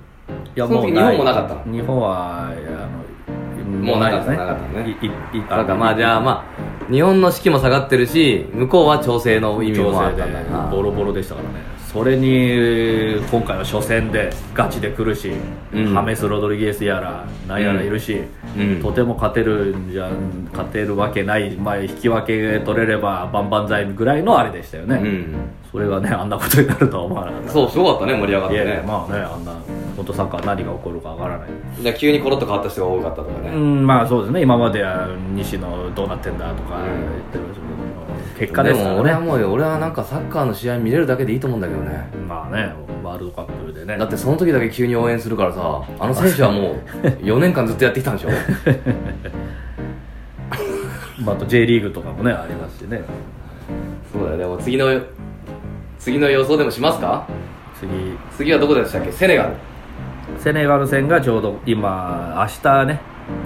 [SPEAKER 1] や
[SPEAKER 2] その時
[SPEAKER 1] うい
[SPEAKER 2] 日本もなかった
[SPEAKER 1] 日本はいやあの
[SPEAKER 2] もうなかった
[SPEAKER 1] ね
[SPEAKER 2] なかったね
[SPEAKER 1] いいい
[SPEAKER 2] だからまあじゃあまあ日本の士気も下がってるし向こうは調整の意味
[SPEAKER 1] 調
[SPEAKER 2] もあ
[SPEAKER 1] 整
[SPEAKER 2] ったんだ
[SPEAKER 1] で
[SPEAKER 2] よな
[SPEAKER 1] ボロボロでしたからねそれに今回は初戦でガチで来るし、
[SPEAKER 2] うん
[SPEAKER 1] ハメス・ロドリゲスやら何やらいるし、
[SPEAKER 2] うん
[SPEAKER 1] とても勝てるんじゃ勝てるわけない、まあ、引き分け取れれば万々歳ぐらいのあれでしたよね、
[SPEAKER 2] うん
[SPEAKER 1] それがねあんなことになるとは思わなかった
[SPEAKER 2] そうすごかったね盛り上がっ
[SPEAKER 1] い
[SPEAKER 2] て
[SPEAKER 1] やいや
[SPEAKER 2] ね
[SPEAKER 1] まあねあんな本当サッカー何が起こるかわからない
[SPEAKER 2] じゃあ急にコロッと変わった人が多かったとか
[SPEAKER 1] う
[SPEAKER 2] ね
[SPEAKER 1] んまあそうですね今までは西野どうなってんだとか
[SPEAKER 2] うん
[SPEAKER 1] 言ってるけど、結果ですか
[SPEAKER 2] も俺
[SPEAKER 1] ら
[SPEAKER 2] は
[SPEAKER 1] ね
[SPEAKER 2] もう俺はなんかサッカーの試合見れるだけでいいと思うんだけどね
[SPEAKER 1] まあねワールドカップでね
[SPEAKER 2] だってその時だけ急に応援するからさあの選手はもう4 [laughs] 年間ずっとやってきたんでしょ
[SPEAKER 1] まあ、あと J リーグとかもねありますしね
[SPEAKER 2] そうだよねもう次の次の予想でもしますか
[SPEAKER 1] 次
[SPEAKER 2] 次はどこでしたっけセネガル
[SPEAKER 1] セネガル戦がちょうど今明日ね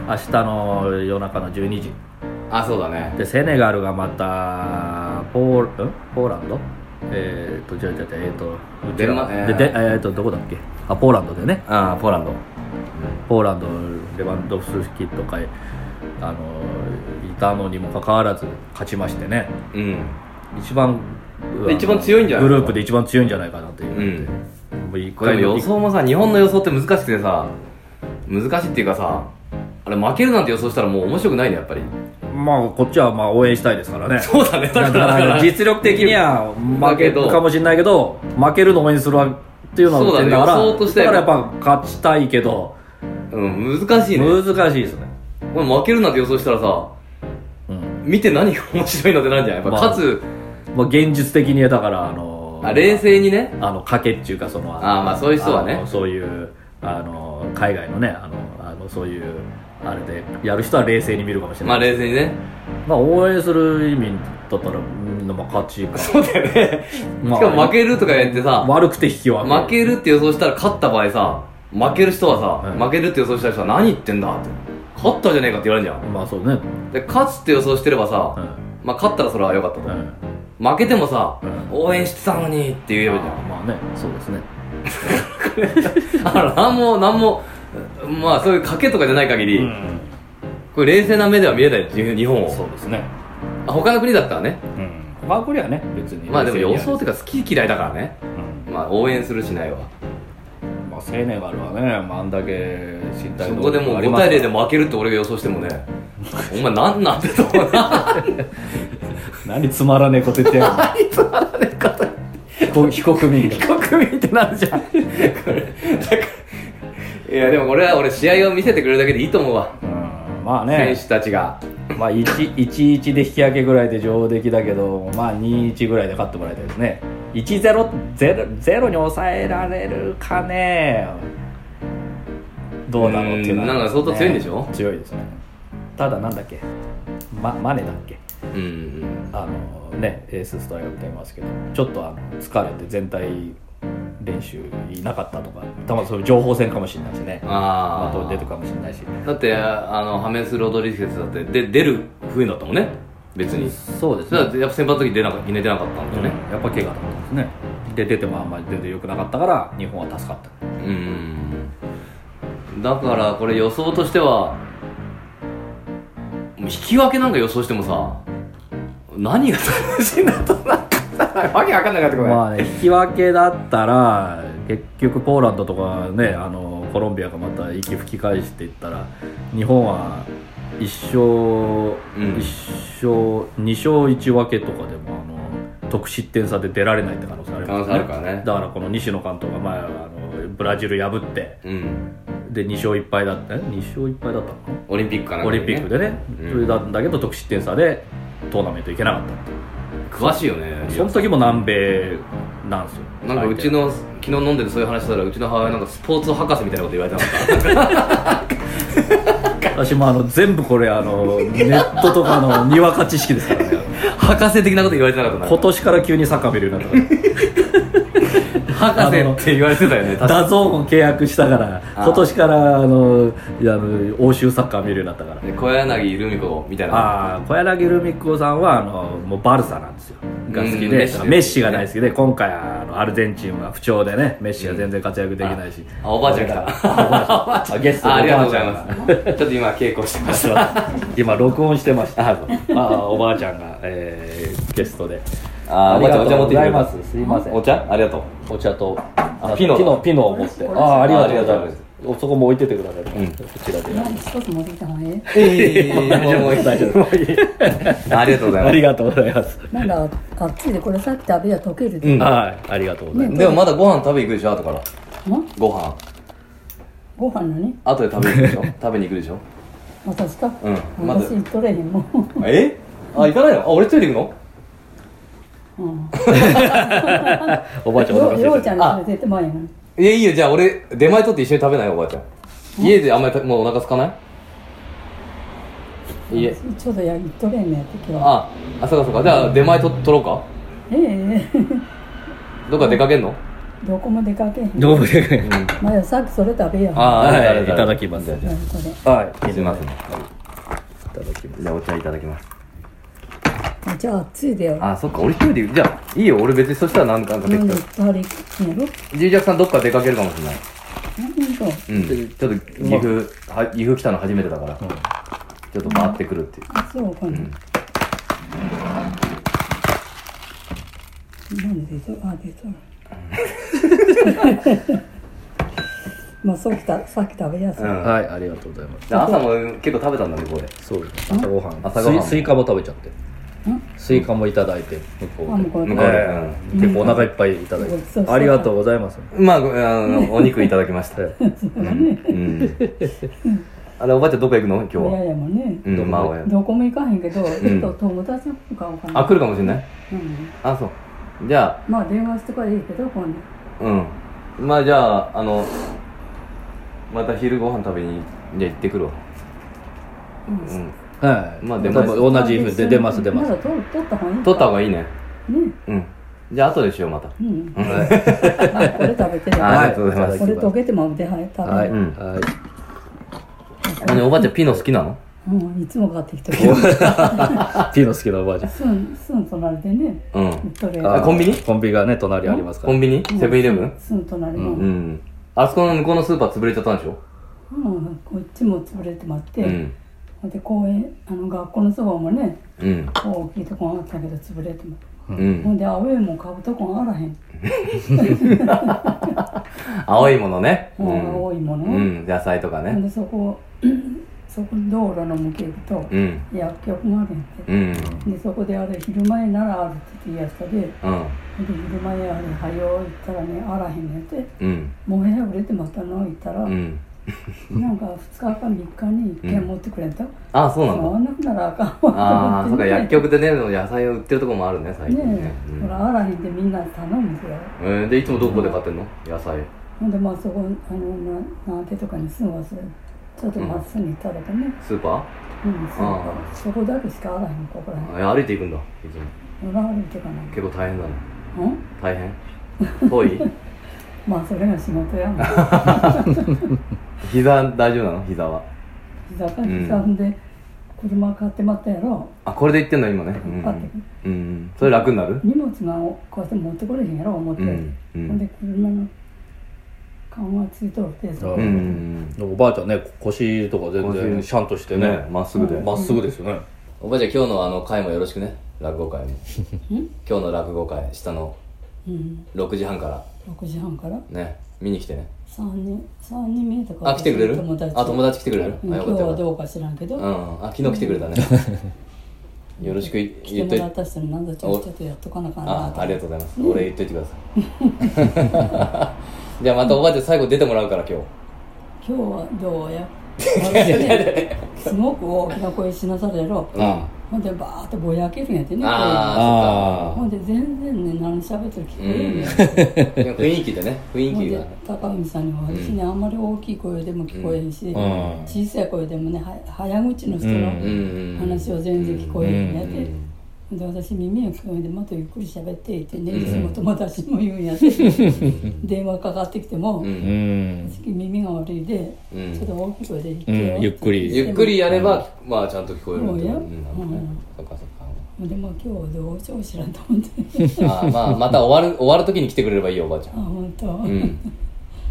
[SPEAKER 1] 明日の夜中の12時
[SPEAKER 2] あそうだね
[SPEAKER 1] でセネガルがまたポーんポーランドえっ、ー、とじゃじゃじゃえっ、ー、と
[SPEAKER 2] デンマ
[SPEAKER 1] 違う
[SPEAKER 2] え
[SPEAKER 1] で
[SPEAKER 2] ー
[SPEAKER 1] でえー、とどこだっけあポーランドでね
[SPEAKER 2] ああポーランド
[SPEAKER 1] ポーランドレバンドフスキとかあのいたのにもかかわらず勝ちましてね
[SPEAKER 2] うん
[SPEAKER 1] 一番
[SPEAKER 2] で一番強いんじゃない
[SPEAKER 1] グループで一番強いんじゃないかなっていう
[SPEAKER 2] う、ん
[SPEAKER 1] もう一
[SPEAKER 2] これ
[SPEAKER 1] 回
[SPEAKER 2] でも予想もさ日本の予想って難しくてさ難しいっていうかさあれ負けるなんて予想したらもう面白くないねやっぱり
[SPEAKER 1] まあこっちはまあ応援したいですからね
[SPEAKER 2] そうだねだ
[SPEAKER 1] だ
[SPEAKER 2] か
[SPEAKER 1] から
[SPEAKER 2] だからら
[SPEAKER 1] 実力的には負けるかもしれないけど負けるのを応援するわっていうのは
[SPEAKER 2] そうだね
[SPEAKER 1] だから
[SPEAKER 2] 予想として
[SPEAKER 1] だ
[SPEAKER 2] は
[SPEAKER 1] からやっぱ勝ちたいけど
[SPEAKER 2] うん難しいね
[SPEAKER 1] 難しいですね
[SPEAKER 2] 俺負けるなんて予想したらさ
[SPEAKER 1] うん
[SPEAKER 2] 見て何が面白いのってなんじゃないやっぱ、
[SPEAKER 1] まあ
[SPEAKER 2] かつ
[SPEAKER 1] まあ、現実的にだからあの
[SPEAKER 2] あ冷静にね
[SPEAKER 1] あの賭けっていうかその
[SPEAKER 2] あーまあそういう人はね
[SPEAKER 1] あのそういうあの海外のねあのあのそういうあれでやる人は冷静に見るかもしれ
[SPEAKER 2] ま
[SPEAKER 1] な
[SPEAKER 2] あ
[SPEAKER 1] い、
[SPEAKER 2] 冷静にね
[SPEAKER 1] まあ、応援する意味だったらみんなまあ勝ちか、
[SPEAKER 2] そうだよね
[SPEAKER 1] [laughs] まあ、
[SPEAKER 2] しかも負けるとか言ってさ
[SPEAKER 1] 悪くて引き分け
[SPEAKER 2] 負けるって予想したら勝った場合さ負ける人はさ、
[SPEAKER 1] うん
[SPEAKER 2] 負けるって予想したらさ何言ってんだって勝ったじゃねえかって言われるじゃ
[SPEAKER 1] まあそうね
[SPEAKER 2] んで勝つって予想してればさ、
[SPEAKER 1] うん
[SPEAKER 2] まあ勝ったらそれは良かったと、
[SPEAKER 1] うん
[SPEAKER 2] 負けてもさ、
[SPEAKER 1] うん
[SPEAKER 2] 応援してたのにって言えばいいじゃん
[SPEAKER 1] まあねそうですね
[SPEAKER 2] だから何も何もまあそういう賭けとかじゃない限り、
[SPEAKER 1] うん
[SPEAKER 2] これ冷静な目では見えないっていう日本を
[SPEAKER 1] そうですね
[SPEAKER 2] あ他の国だったらね
[SPEAKER 1] うんまあこれはね別に
[SPEAKER 2] まあでも予想ってていうか好き嫌いだからねまあ応援するしないわ
[SPEAKER 1] まあセネガルはね、まあ、あんだけ身体
[SPEAKER 2] そ
[SPEAKER 1] 能
[SPEAKER 2] こで
[SPEAKER 1] 力
[SPEAKER 2] も
[SPEAKER 1] が
[SPEAKER 2] う
[SPEAKER 1] あり
[SPEAKER 2] 5
[SPEAKER 1] ます
[SPEAKER 2] 対
[SPEAKER 1] から
[SPEAKER 2] 0で負けるって俺が予想して
[SPEAKER 1] [laughs]
[SPEAKER 2] もねお前何なんてと思うな
[SPEAKER 1] 何つまらねえこと言ってやる
[SPEAKER 2] [laughs]
[SPEAKER 1] 何つまらねえこと非国民が
[SPEAKER 2] 国民ってなんじゃんこれだからいやでもこれは俺試合を見せてくれるだけでいいと思うわ、
[SPEAKER 1] [laughs] うんまあ
[SPEAKER 2] 選
[SPEAKER 1] ね
[SPEAKER 2] 手たちが
[SPEAKER 1] まあ1 1で引き分けぐらいで上出来だけどまあ2-1ぐらいで勝ってもらいたいですね1-0 0 0に抑えられるかねどうだろうっていうのはね
[SPEAKER 2] うんなんか相当強いんでしょ
[SPEAKER 1] 強いですねただなんだっけ、ま、マネだっけ
[SPEAKER 2] うん
[SPEAKER 1] あのねエースストライクと言いますけどちょっとあの疲れて全体練習いなかったとかたまたそういう情報戦かもしれないしね
[SPEAKER 2] あ
[SPEAKER 1] あ
[SPEAKER 2] あ
[SPEAKER 1] と出るかもしれないし
[SPEAKER 2] だってあのハメス・ロドリゲスだってで出る不運だったもんね別に
[SPEAKER 1] そうで
[SPEAKER 2] それはやっぱ先発の時出なかったいきなり出なかったんだよ
[SPEAKER 1] ね
[SPEAKER 2] ね
[SPEAKER 1] やっぱ怪我だったんですねで出てもあんまり出てよくなかったから日本は助かった
[SPEAKER 2] うんだからこれ予想としては引き分けなんか予想してもさ何が楽しいんだとなんか [laughs] わけわかんなかったこれ、
[SPEAKER 1] まあね引き分けだったら結局ポーランドとかねあのコロンビアがまた息吹き返していったら日本は一勝、
[SPEAKER 2] うん
[SPEAKER 1] 一勝二勝一分けとかでもあの得失点差で出られないって可能性あり
[SPEAKER 2] 可
[SPEAKER 1] ま
[SPEAKER 2] 能
[SPEAKER 1] す
[SPEAKER 2] 性あるからね
[SPEAKER 1] だからこの西野監督が前あのブラジル破って
[SPEAKER 2] うん
[SPEAKER 1] で2勝1敗だったえ2勝1敗だったのか
[SPEAKER 2] オリンピックか
[SPEAKER 1] な
[SPEAKER 2] な
[SPEAKER 1] んオ
[SPEAKER 2] か
[SPEAKER 1] リンピックでね、
[SPEAKER 2] うん
[SPEAKER 1] それなんだけど得失点差でトーナメント行けなかったっていう
[SPEAKER 2] 詳しいよね
[SPEAKER 1] その時も南米なんですよ
[SPEAKER 2] なんかうちの昨日飲んでてそういう話したらうちの母親なんかスポーツ博士みたいなこと言われてなかった
[SPEAKER 1] 私もあの全部これあのネットとかのにわか知識ですからね
[SPEAKER 2] [laughs] 博士的なこと言われてなかったな
[SPEAKER 1] 今年から急にサッカー見るようになったか
[SPEAKER 2] 博士って言われてたよね
[SPEAKER 1] ら
[SPEAKER 2] 確か
[SPEAKER 1] ダゾーンを契約したから
[SPEAKER 2] あー
[SPEAKER 1] 今年からあのいやあの欧州サッカー見るようになったから
[SPEAKER 2] に小柳ルミ子みたいな
[SPEAKER 1] ああ小柳ルミ子さんはあのもうバルサなんですよが好きで
[SPEAKER 2] うん
[SPEAKER 1] メ
[SPEAKER 2] メ
[SPEAKER 1] ッ
[SPEAKER 2] ッ
[SPEAKER 1] シ
[SPEAKER 2] シ
[SPEAKER 1] が大好きで今回あのアルゼンチンは不調でねメッシが全然活躍できないし、
[SPEAKER 2] あおばあちゃん来た
[SPEAKER 1] あおばあちゃんゲストの
[SPEAKER 2] [laughs] あありがとう
[SPEAKER 1] お
[SPEAKER 2] ござい
[SPEAKER 1] ばあちゃん
[SPEAKER 2] ます [laughs] ちょっと今稽古してました
[SPEAKER 1] 今録音してましたああおばあちゃんが、えーゲストで
[SPEAKER 2] あおばあちゃんお茶持ってきてく
[SPEAKER 1] あ
[SPEAKER 2] れた
[SPEAKER 1] りがとうございますすいません
[SPEAKER 2] お茶ありがとう
[SPEAKER 1] お茶と
[SPEAKER 2] あピノ
[SPEAKER 1] ピノピノを持ってああありがとうござい
[SPEAKER 2] あありがとうござい
[SPEAKER 1] ま
[SPEAKER 2] ます
[SPEAKER 1] すおそこも置いててください、
[SPEAKER 2] うん
[SPEAKER 1] こちらで
[SPEAKER 3] なんか一つ持ってきた方がいい
[SPEAKER 2] ええ [laughs]
[SPEAKER 1] [laughs] 大丈夫もういい
[SPEAKER 2] ありがとうござい
[SPEAKER 1] あ
[SPEAKER 2] ま
[SPEAKER 1] り
[SPEAKER 2] す
[SPEAKER 1] がとうございます、
[SPEAKER 3] まだあっちでこれさっき食べや溶ける
[SPEAKER 2] う
[SPEAKER 3] で、
[SPEAKER 2] ん
[SPEAKER 1] はいありがとうございます、
[SPEAKER 2] でもまだご飯食べに行くでしょ後から
[SPEAKER 3] ん、
[SPEAKER 2] ご飯
[SPEAKER 3] ご飯のね
[SPEAKER 2] 後で食べに行く [laughs] でしょ食べに行くでしょ
[SPEAKER 3] 私か、
[SPEAKER 2] うんまだ
[SPEAKER 3] 私取れへんもん、
[SPEAKER 2] えあ行かないのあ俺一人で行く
[SPEAKER 3] うん、
[SPEAKER 1] おばあちゃんお
[SPEAKER 3] よ
[SPEAKER 1] 腹
[SPEAKER 3] よ
[SPEAKER 1] 空いう
[SPEAKER 3] ち
[SPEAKER 1] て
[SPEAKER 3] ゃ
[SPEAKER 1] る
[SPEAKER 3] んが連れてってまいやん
[SPEAKER 2] のいやいいよじゃあ俺出前取って一緒に食べないよおばあちゃん家であんまりたもうお腹空かないいいえ
[SPEAKER 3] 私ちょうどや取れへんのやって今日
[SPEAKER 2] ああそうかそうかじゃあ出前と取ろうか
[SPEAKER 3] ええ
[SPEAKER 2] どっか出かけんの
[SPEAKER 3] どこも出かけへん
[SPEAKER 1] どうもね
[SPEAKER 3] まださっきそれ食べやん
[SPEAKER 2] あありがとう
[SPEAKER 1] [laughs] は
[SPEAKER 2] ご
[SPEAKER 1] いい
[SPEAKER 2] ざいます
[SPEAKER 1] ただきます
[SPEAKER 3] うんこれ
[SPEAKER 1] はい
[SPEAKER 2] すいません
[SPEAKER 1] いただきます
[SPEAKER 2] じゃあお茶いただきます
[SPEAKER 3] じゃあ熱いでよ
[SPEAKER 2] あそっか俺一人でじゃあいいよ俺別にそしたら何かなんかで
[SPEAKER 3] 飲
[SPEAKER 2] き
[SPEAKER 3] んで
[SPEAKER 2] た
[SPEAKER 3] いっぱいあるやろ
[SPEAKER 2] ジージャクさんどっか出かけるかもしれない
[SPEAKER 3] 何と
[SPEAKER 2] うんちょっと岐阜は岐阜来たの初めてだからちょっと回ってくるっていう
[SPEAKER 3] あそうかな、なんで出たあ出たまあそうきたさっき食べやすい、
[SPEAKER 2] うん
[SPEAKER 1] はいありがとうございます
[SPEAKER 2] で朝も結構食べたんだねこれ
[SPEAKER 1] そうです朝ごはん
[SPEAKER 2] 朝ごはんも
[SPEAKER 1] スイスイカも食べちゃってスイカもいただいて向こ
[SPEAKER 3] あ
[SPEAKER 1] う
[SPEAKER 3] も
[SPEAKER 1] で
[SPEAKER 2] 向
[SPEAKER 3] うこれ
[SPEAKER 2] こうで
[SPEAKER 1] ええ結構お腹いっぱいいただい
[SPEAKER 3] ごちそうさ
[SPEAKER 1] て
[SPEAKER 3] ま
[SPEAKER 1] ありがとうございます
[SPEAKER 2] [laughs] まあごあのお肉いただきました
[SPEAKER 1] はい
[SPEAKER 2] うんあれおばあちゃんどこ行くの今日
[SPEAKER 3] 親
[SPEAKER 2] は
[SPEAKER 3] やもんね
[SPEAKER 2] うんまあ親
[SPEAKER 3] どこも行かへんけどちょっと友達の方がおかな
[SPEAKER 2] あ来るかもしれない
[SPEAKER 3] うん
[SPEAKER 2] あそうじゃあ
[SPEAKER 3] まあ電話してからいいけど今度
[SPEAKER 2] うんまあじゃああのまた昼ご飯食べにじゃあ行ってくるわ
[SPEAKER 3] うん
[SPEAKER 2] うん
[SPEAKER 1] はい
[SPEAKER 2] まあ出ます
[SPEAKER 1] 同じ風で出ます出ま
[SPEAKER 3] ますだ取取った方がいい
[SPEAKER 2] 取った方
[SPEAKER 3] が
[SPEAKER 2] がいいね
[SPEAKER 3] いいね
[SPEAKER 2] うんじゃあ後でしようまた
[SPEAKER 3] うん
[SPEAKER 1] はい
[SPEAKER 3] あこれ食べてる
[SPEAKER 2] ありがとうございます
[SPEAKER 3] これ溶けても出は食べ
[SPEAKER 1] はい、
[SPEAKER 3] る
[SPEAKER 2] うん
[SPEAKER 1] はい
[SPEAKER 2] あのおばあちゃんピノ好きなの
[SPEAKER 3] うんいつも買ってきてる
[SPEAKER 1] ピーの好きなおばあちゃん
[SPEAKER 3] すんすん隣でね
[SPEAKER 2] うん
[SPEAKER 3] それ
[SPEAKER 2] あコンビニ
[SPEAKER 1] コンビがね隣ありますか
[SPEAKER 2] コ
[SPEAKER 1] ら
[SPEAKER 2] ンビニセブンイレブン
[SPEAKER 3] すん隣の
[SPEAKER 2] う
[SPEAKER 3] うん
[SPEAKER 2] んあそこの向こうのスーパー潰れちゃったんでしょ
[SPEAKER 3] こっちも潰れてまっ
[SPEAKER 2] う
[SPEAKER 3] て
[SPEAKER 2] ん
[SPEAKER 3] ほんで公園あの学校のそばもね
[SPEAKER 2] うん
[SPEAKER 3] 大きいとこがあったけど潰れても
[SPEAKER 2] う
[SPEAKER 3] ほ
[SPEAKER 2] ん
[SPEAKER 3] んでアウェーも買うとこがあらへん
[SPEAKER 2] 青いものねう
[SPEAKER 3] もうん多いもの
[SPEAKER 2] うん野菜とか
[SPEAKER 3] ほん
[SPEAKER 2] ね
[SPEAKER 3] でそこ [coughs] そこ道路の向け行くと
[SPEAKER 2] うん
[SPEAKER 3] 薬局がある
[SPEAKER 2] う
[SPEAKER 3] ん
[SPEAKER 2] んうん
[SPEAKER 3] ででそこであれ昼前ならあるって言ってやったでで昼前あれはよう行ったらねあらへんねんて
[SPEAKER 2] うん
[SPEAKER 3] もう部屋売れてまたの行ったら、
[SPEAKER 2] うん
[SPEAKER 3] なんか2日か3日に1件持ってくれんと、
[SPEAKER 2] あそうなんだ
[SPEAKER 3] そんなくならあかんわと思って、ね、
[SPEAKER 2] ああそうか薬局でねでも野菜を売ってるとこもあるね最
[SPEAKER 3] ね
[SPEAKER 2] 近ね
[SPEAKER 3] え、
[SPEAKER 2] うん
[SPEAKER 3] ほらあらへんでみんな頼むぞ
[SPEAKER 2] えーでいつもどこで買ってんの野菜
[SPEAKER 3] ほんでまあそこあのななんてとかにすぐ忘れるちょっとまっすぐ行ったらとね、
[SPEAKER 2] スーパ
[SPEAKER 3] うんそうそこだけしかあらへんここらへん
[SPEAKER 2] ーえ歩いていくんだいつも
[SPEAKER 3] ほら歩いてかない
[SPEAKER 2] 結構大変だね
[SPEAKER 3] うん
[SPEAKER 2] 大変遠い [laughs]
[SPEAKER 3] まあそれが仕事やもん膝
[SPEAKER 2] 膝大丈夫なの膝は
[SPEAKER 3] か膝んで車買ってまったやろ
[SPEAKER 2] あこれで行ってんの今ねう
[SPEAKER 3] 買ってく
[SPEAKER 2] ん、うん、それ楽になる
[SPEAKER 3] 荷物がこうやって持ってこれへんやろ思って、
[SPEAKER 2] うんうん
[SPEAKER 3] ほんで車の顔がついとるってそこ
[SPEAKER 2] う
[SPEAKER 1] うんん
[SPEAKER 2] う
[SPEAKER 3] で
[SPEAKER 2] ん
[SPEAKER 1] おばあちゃんね腰とか全然
[SPEAKER 2] 腰
[SPEAKER 1] シャンとして
[SPEAKER 2] でね
[SPEAKER 1] ね
[SPEAKER 2] まっすぐで、
[SPEAKER 1] まっすぐですよね
[SPEAKER 2] おばあちゃん今日のあの会もよろしくね落語会も
[SPEAKER 3] [laughs] ん
[SPEAKER 2] 今日の落語会下の
[SPEAKER 3] うん、
[SPEAKER 2] 6時半から
[SPEAKER 3] 6時半から
[SPEAKER 2] ね見に来てね
[SPEAKER 3] 3人三人目とか
[SPEAKER 2] あ来てくれる
[SPEAKER 3] 友達
[SPEAKER 2] あ友達来てくれる、
[SPEAKER 3] うん
[SPEAKER 2] あ
[SPEAKER 3] 今
[SPEAKER 2] よ
[SPEAKER 3] 日
[SPEAKER 2] かったよか
[SPEAKER 3] は
[SPEAKER 2] った
[SPEAKER 3] どうか知らんけど、
[SPEAKER 2] うん、あ昨日来てくれたね
[SPEAKER 3] [laughs]
[SPEAKER 2] よろしくい
[SPEAKER 3] 来
[SPEAKER 2] 言ってと
[SPEAKER 3] も
[SPEAKER 2] い
[SPEAKER 3] らった人に何だちょっとやっとかなあかんな
[SPEAKER 2] あ
[SPEAKER 3] と
[SPEAKER 2] ありがとうございます、俺言っといてくださ [laughs] いじゃあまたおばあちゃん最後出てもらうから今日
[SPEAKER 3] 今日はど
[SPEAKER 2] [laughs]
[SPEAKER 3] うや私ねすごく大きな声しなさるやろ
[SPEAKER 2] うんあ
[SPEAKER 3] ほんでバーッとぼやけるんやってね
[SPEAKER 2] あ
[SPEAKER 3] ほんで全然ね何喋ってる聞こ
[SPEAKER 2] ー
[SPEAKER 3] えるんや
[SPEAKER 2] そっかうんでも雰囲気でね雰囲
[SPEAKER 3] ほん
[SPEAKER 2] 気が
[SPEAKER 3] で高海さんにも私ね、あんまり大きい声でも聞こえんし、
[SPEAKER 1] ん
[SPEAKER 3] 小さい声でもねは早口の人
[SPEAKER 2] う
[SPEAKER 3] の
[SPEAKER 2] ん
[SPEAKER 3] 話を全然聞こえるんやって、ほんで私耳が聞こえんでまたゆっくり喋っていてねいつも友達にも言うんやって電話かかってきても、
[SPEAKER 2] うん
[SPEAKER 1] うん
[SPEAKER 3] 耳が悪いで、
[SPEAKER 2] うん
[SPEAKER 3] ちょっと大きい声で言ってよ、
[SPEAKER 1] うんゆっくり
[SPEAKER 2] ゆっくりやれば、まあちゃんと聞こえるんだけど
[SPEAKER 3] そうよ
[SPEAKER 2] うんなるほどね
[SPEAKER 3] うん
[SPEAKER 2] そっかそっか
[SPEAKER 3] でも今日はどうしよう知らんと思って
[SPEAKER 2] [laughs] あーまあまた終わる終わる時に来てくれればいいよおばあちゃ
[SPEAKER 3] あ
[SPEAKER 2] ん
[SPEAKER 3] 本当、
[SPEAKER 2] うん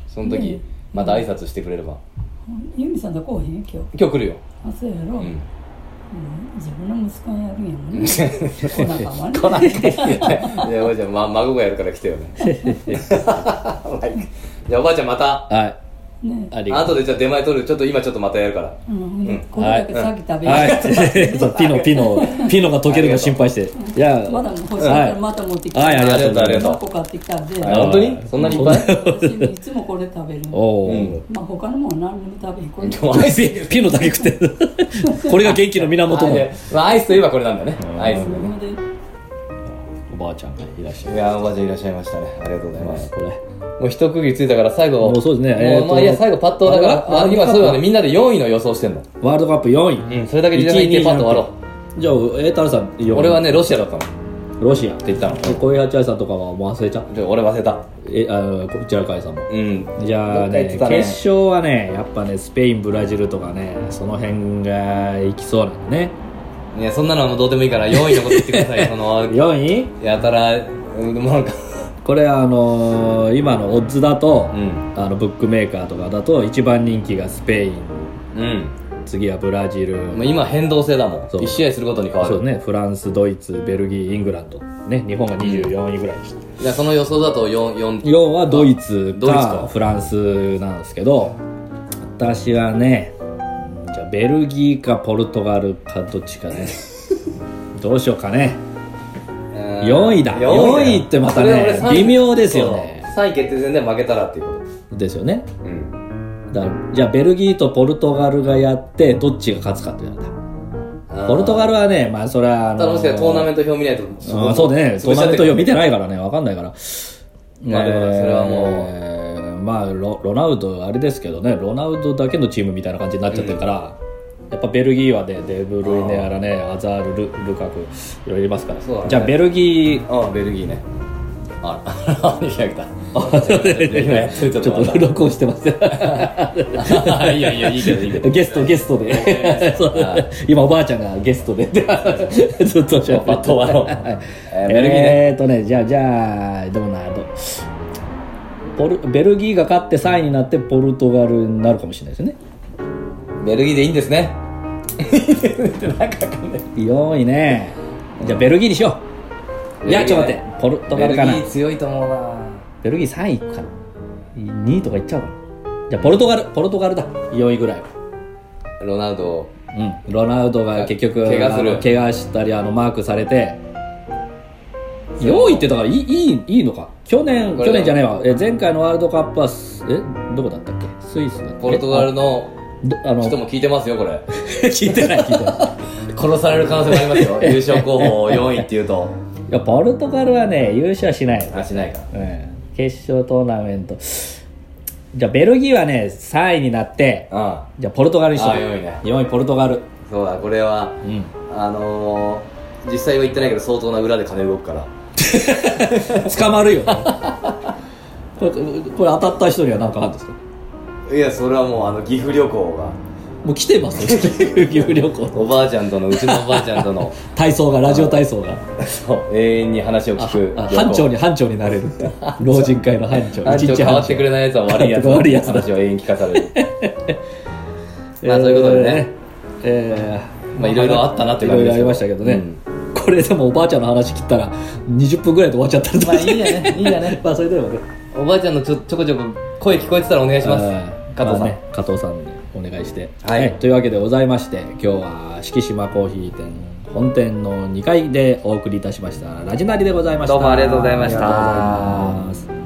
[SPEAKER 2] その時また挨拶してくれれば
[SPEAKER 3] 由美さんとこうへん今日
[SPEAKER 2] 今日来るよ
[SPEAKER 3] あそうやろ、
[SPEAKER 2] う
[SPEAKER 3] うん
[SPEAKER 2] ん
[SPEAKER 3] 自分の息子がやるんやもんね来なかんわ
[SPEAKER 2] [laughs]
[SPEAKER 3] ね
[SPEAKER 2] いやおばあちゃん、ま、孫がやるから来てよ [laughs] ねじゃあおばあちゃんまた
[SPEAKER 1] はい
[SPEAKER 3] ね
[SPEAKER 1] ありがとう
[SPEAKER 2] 後でじゃあ出前取るちょっと今ちょっとまたやるから
[SPEAKER 3] うん、でこれ
[SPEAKER 1] は
[SPEAKER 3] だ
[SPEAKER 1] い
[SPEAKER 3] けさっき食べま
[SPEAKER 1] は
[SPEAKER 3] した、
[SPEAKER 1] い。 [laughs]
[SPEAKER 3] [laughs]
[SPEAKER 1] そうピノ、ピノ、ピノが溶けるの心配して。いや、
[SPEAKER 3] まだ欲しいからまた持ってきた、
[SPEAKER 1] はい、はいありがとうござ
[SPEAKER 2] あ
[SPEAKER 1] い
[SPEAKER 2] り
[SPEAKER 1] ま
[SPEAKER 2] が
[SPEAKER 1] す。
[SPEAKER 2] とう
[SPEAKER 3] 何個買ってきたんで、
[SPEAKER 2] あ本当にそんなにいっぱい
[SPEAKER 3] 私いつ [laughs] もこれ食べる
[SPEAKER 1] おお、
[SPEAKER 3] まあ他のもん何にも食べへんこれ
[SPEAKER 2] でもアイス
[SPEAKER 1] ピピノだけ食って
[SPEAKER 2] [laughs]
[SPEAKER 1] る。これが元気の源
[SPEAKER 2] あいや
[SPEAKER 1] の。
[SPEAKER 2] まあアイスといえばこれなんだねアイスだね
[SPEAKER 3] 車で
[SPEAKER 1] おばあちゃんがいらっしゃる。
[SPEAKER 2] いやおばあちゃんいらっしゃいましたねありがとうございます
[SPEAKER 1] これ。
[SPEAKER 2] もう一区切りついたから最後
[SPEAKER 1] もうそうですね
[SPEAKER 2] もう
[SPEAKER 1] えーと
[SPEAKER 2] まあいや最後パッとだから
[SPEAKER 1] あ
[SPEAKER 2] あ
[SPEAKER 1] れは
[SPEAKER 2] 今そうだねみんなで4位の予想してんだ
[SPEAKER 1] ワールドカップ4位。
[SPEAKER 2] うんそれだけでじゃなくてパッと終わろ
[SPEAKER 1] う。じゃあ、えー、タルさん、4位
[SPEAKER 2] う俺はね、ロシアだったのって
[SPEAKER 1] ロシア。で
[SPEAKER 2] 言ったの
[SPEAKER 1] 小平チャイさんとかはもう忘れちゃう。
[SPEAKER 2] で俺忘れた
[SPEAKER 1] え、あの、こちらかいさんも。
[SPEAKER 2] うん
[SPEAKER 1] じゃあ
[SPEAKER 2] どっか行
[SPEAKER 1] ね
[SPEAKER 2] って
[SPEAKER 1] 決
[SPEAKER 2] たね
[SPEAKER 1] 勝はねやっぱねスペインブラジルとかねその辺がいきそうなんだね
[SPEAKER 2] いやそんなのはもうどうでもいいから4位のこと言ってくだ [laughs] さいその
[SPEAKER 1] 4位
[SPEAKER 2] やたらうんもうなんか
[SPEAKER 1] これあのー今のオッズだと、
[SPEAKER 2] うん
[SPEAKER 1] あのブックメーカーとかだと一番人気がスペイン
[SPEAKER 2] うん
[SPEAKER 1] 次はブラジル、
[SPEAKER 2] もう今変動性だもん
[SPEAKER 1] そう
[SPEAKER 2] 1試合することに変わ
[SPEAKER 1] そう
[SPEAKER 2] る
[SPEAKER 1] ねフランスドイツベルギーイングランドね日本が24位ぐらいにして
[SPEAKER 2] じゃあその予想だと4 4
[SPEAKER 1] 要はドイツ
[SPEAKER 2] ドイツ
[SPEAKER 1] か
[SPEAKER 2] か
[SPEAKER 1] フランスなんですけど私はねうんじゃあベルギーかポルトガルかどっちか [laughs] ねどうしようかね4位だ4位ってまたね微妙ですよね
[SPEAKER 2] 3位決定戦で負けたらっていうこ
[SPEAKER 1] ですよね
[SPEAKER 2] とうん
[SPEAKER 1] だからじゃあベルギーとポルトガルがやってどっちが勝つかって言われたポルトガルはねまあそれはあ
[SPEAKER 2] ただもしかしたらトーナメン
[SPEAKER 1] ト
[SPEAKER 2] ト表見ないと
[SPEAKER 1] あそうだねトーナメント表見て
[SPEAKER 2] い
[SPEAKER 1] ないからねわかんないから
[SPEAKER 2] まあでもねそれはもう
[SPEAKER 1] えーまあロロナウドあれですけどねロナウドだけのチームみたいな感じになっちゃってるから、やっぱベルギーはねデブルイネやらねアザールルルカクいろいろいますから、
[SPEAKER 2] そうだね
[SPEAKER 1] じゃあベルギー
[SPEAKER 2] ああベルギーねあ [laughs] ら開けた
[SPEAKER 1] ちょっと録音してます
[SPEAKER 2] いやいやいいけどいいけど
[SPEAKER 1] ゲストゲスト
[SPEAKER 2] [laughs]
[SPEAKER 1] でそう今おばあちゃんがゲストでずっとしゃべ
[SPEAKER 2] バ
[SPEAKER 1] っ
[SPEAKER 2] ッ
[SPEAKER 1] て
[SPEAKER 2] トは
[SPEAKER 1] [laughs] え
[SPEAKER 2] えーベルギーね
[SPEAKER 1] ーっとねじゃあじゃあどうなどうポルベルギーが勝って3位になってポルトガルになるかもしれないですね
[SPEAKER 2] ベルギーでいいんですね
[SPEAKER 1] 4位ねじゃあベルギーにしよういやちょっと待ってポルトガルかな
[SPEAKER 2] ベルギー強いと思うな
[SPEAKER 1] ベルギー3位いくかな2位とかいっちゃうかなじゃあポルトガルポルトガルだ4位ぐらいは
[SPEAKER 2] ロナウド
[SPEAKER 1] うん、ロナウドが結局
[SPEAKER 2] 怪我する
[SPEAKER 1] あの怪我したりあのマークされて4位ってだからいいいいいいのか去年
[SPEAKER 2] これ
[SPEAKER 1] 去年じゃないわえ前回のワールドカップはすえどこだったっけスイスだっけ
[SPEAKER 2] ポルトガルの
[SPEAKER 1] あどあの
[SPEAKER 2] 人も聞いてますよこれ
[SPEAKER 1] [laughs]
[SPEAKER 2] [laughs]
[SPEAKER 1] 聞いてない聞いてない
[SPEAKER 2] 殺される可能性もあります
[SPEAKER 1] [laughs]
[SPEAKER 2] よ優勝候補4位っていうと
[SPEAKER 1] いやポルトガルはね優勝はしない、
[SPEAKER 2] あしないか
[SPEAKER 1] うん、決勝トーナメントじゃあベルギーはね3位になって
[SPEAKER 2] うん
[SPEAKER 1] じゃあポルトガルにしよう
[SPEAKER 2] あ四位ね
[SPEAKER 1] 4位ポルトガル
[SPEAKER 2] そうだこれは、
[SPEAKER 1] ん
[SPEAKER 2] あのー、実際は言ってないけど相当な裏で金動くから
[SPEAKER 1] [laughs] 捕まるよこれこれ当たった人には何かあるんですか
[SPEAKER 2] いやそれはもうあの岐阜旅行が
[SPEAKER 1] もう来てますよ
[SPEAKER 2] [laughs]
[SPEAKER 1] 岐阜旅行
[SPEAKER 2] おばあちゃんとのうちのおばあちゃん
[SPEAKER 1] [laughs]
[SPEAKER 2] との
[SPEAKER 1] 体操がラジオ体操が
[SPEAKER 2] そう永遠に話を聞く
[SPEAKER 1] あ
[SPEAKER 2] 旅行
[SPEAKER 1] 班長に班長になれる
[SPEAKER 2] [laughs]
[SPEAKER 1] って老人会の班長
[SPEAKER 2] 班長変わってくれないやつは悪いやつ
[SPEAKER 1] 変わってくれないやつだ
[SPEAKER 2] 話を永遠に聞かされるま
[SPEAKER 1] え
[SPEAKER 2] あ
[SPEAKER 1] ー
[SPEAKER 2] そういうことでね、
[SPEAKER 1] えー
[SPEAKER 2] まあいろいろあったなって感じ
[SPEAKER 1] い
[SPEAKER 2] で
[SPEAKER 1] ろいろあ
[SPEAKER 2] すよ
[SPEAKER 1] りましたけどね、これでもおばあちゃんの話切ったら20分ぐらいで終わっちゃったんで
[SPEAKER 2] まあいいやねいいやね
[SPEAKER 1] [laughs] まあそれでもね
[SPEAKER 2] [laughs] おばあちゃんのちょちょこちょこ声聞こえてたらお願いします
[SPEAKER 1] はい
[SPEAKER 2] 加藤さん、
[SPEAKER 1] まあね加藤さんにお願いして、
[SPEAKER 2] はい
[SPEAKER 1] というわけでございまして今日は敷島コーヒー店本店の2階でお送りいたしましたラジナリでございました
[SPEAKER 2] どうもありがとうございました
[SPEAKER 1] ありがとうございます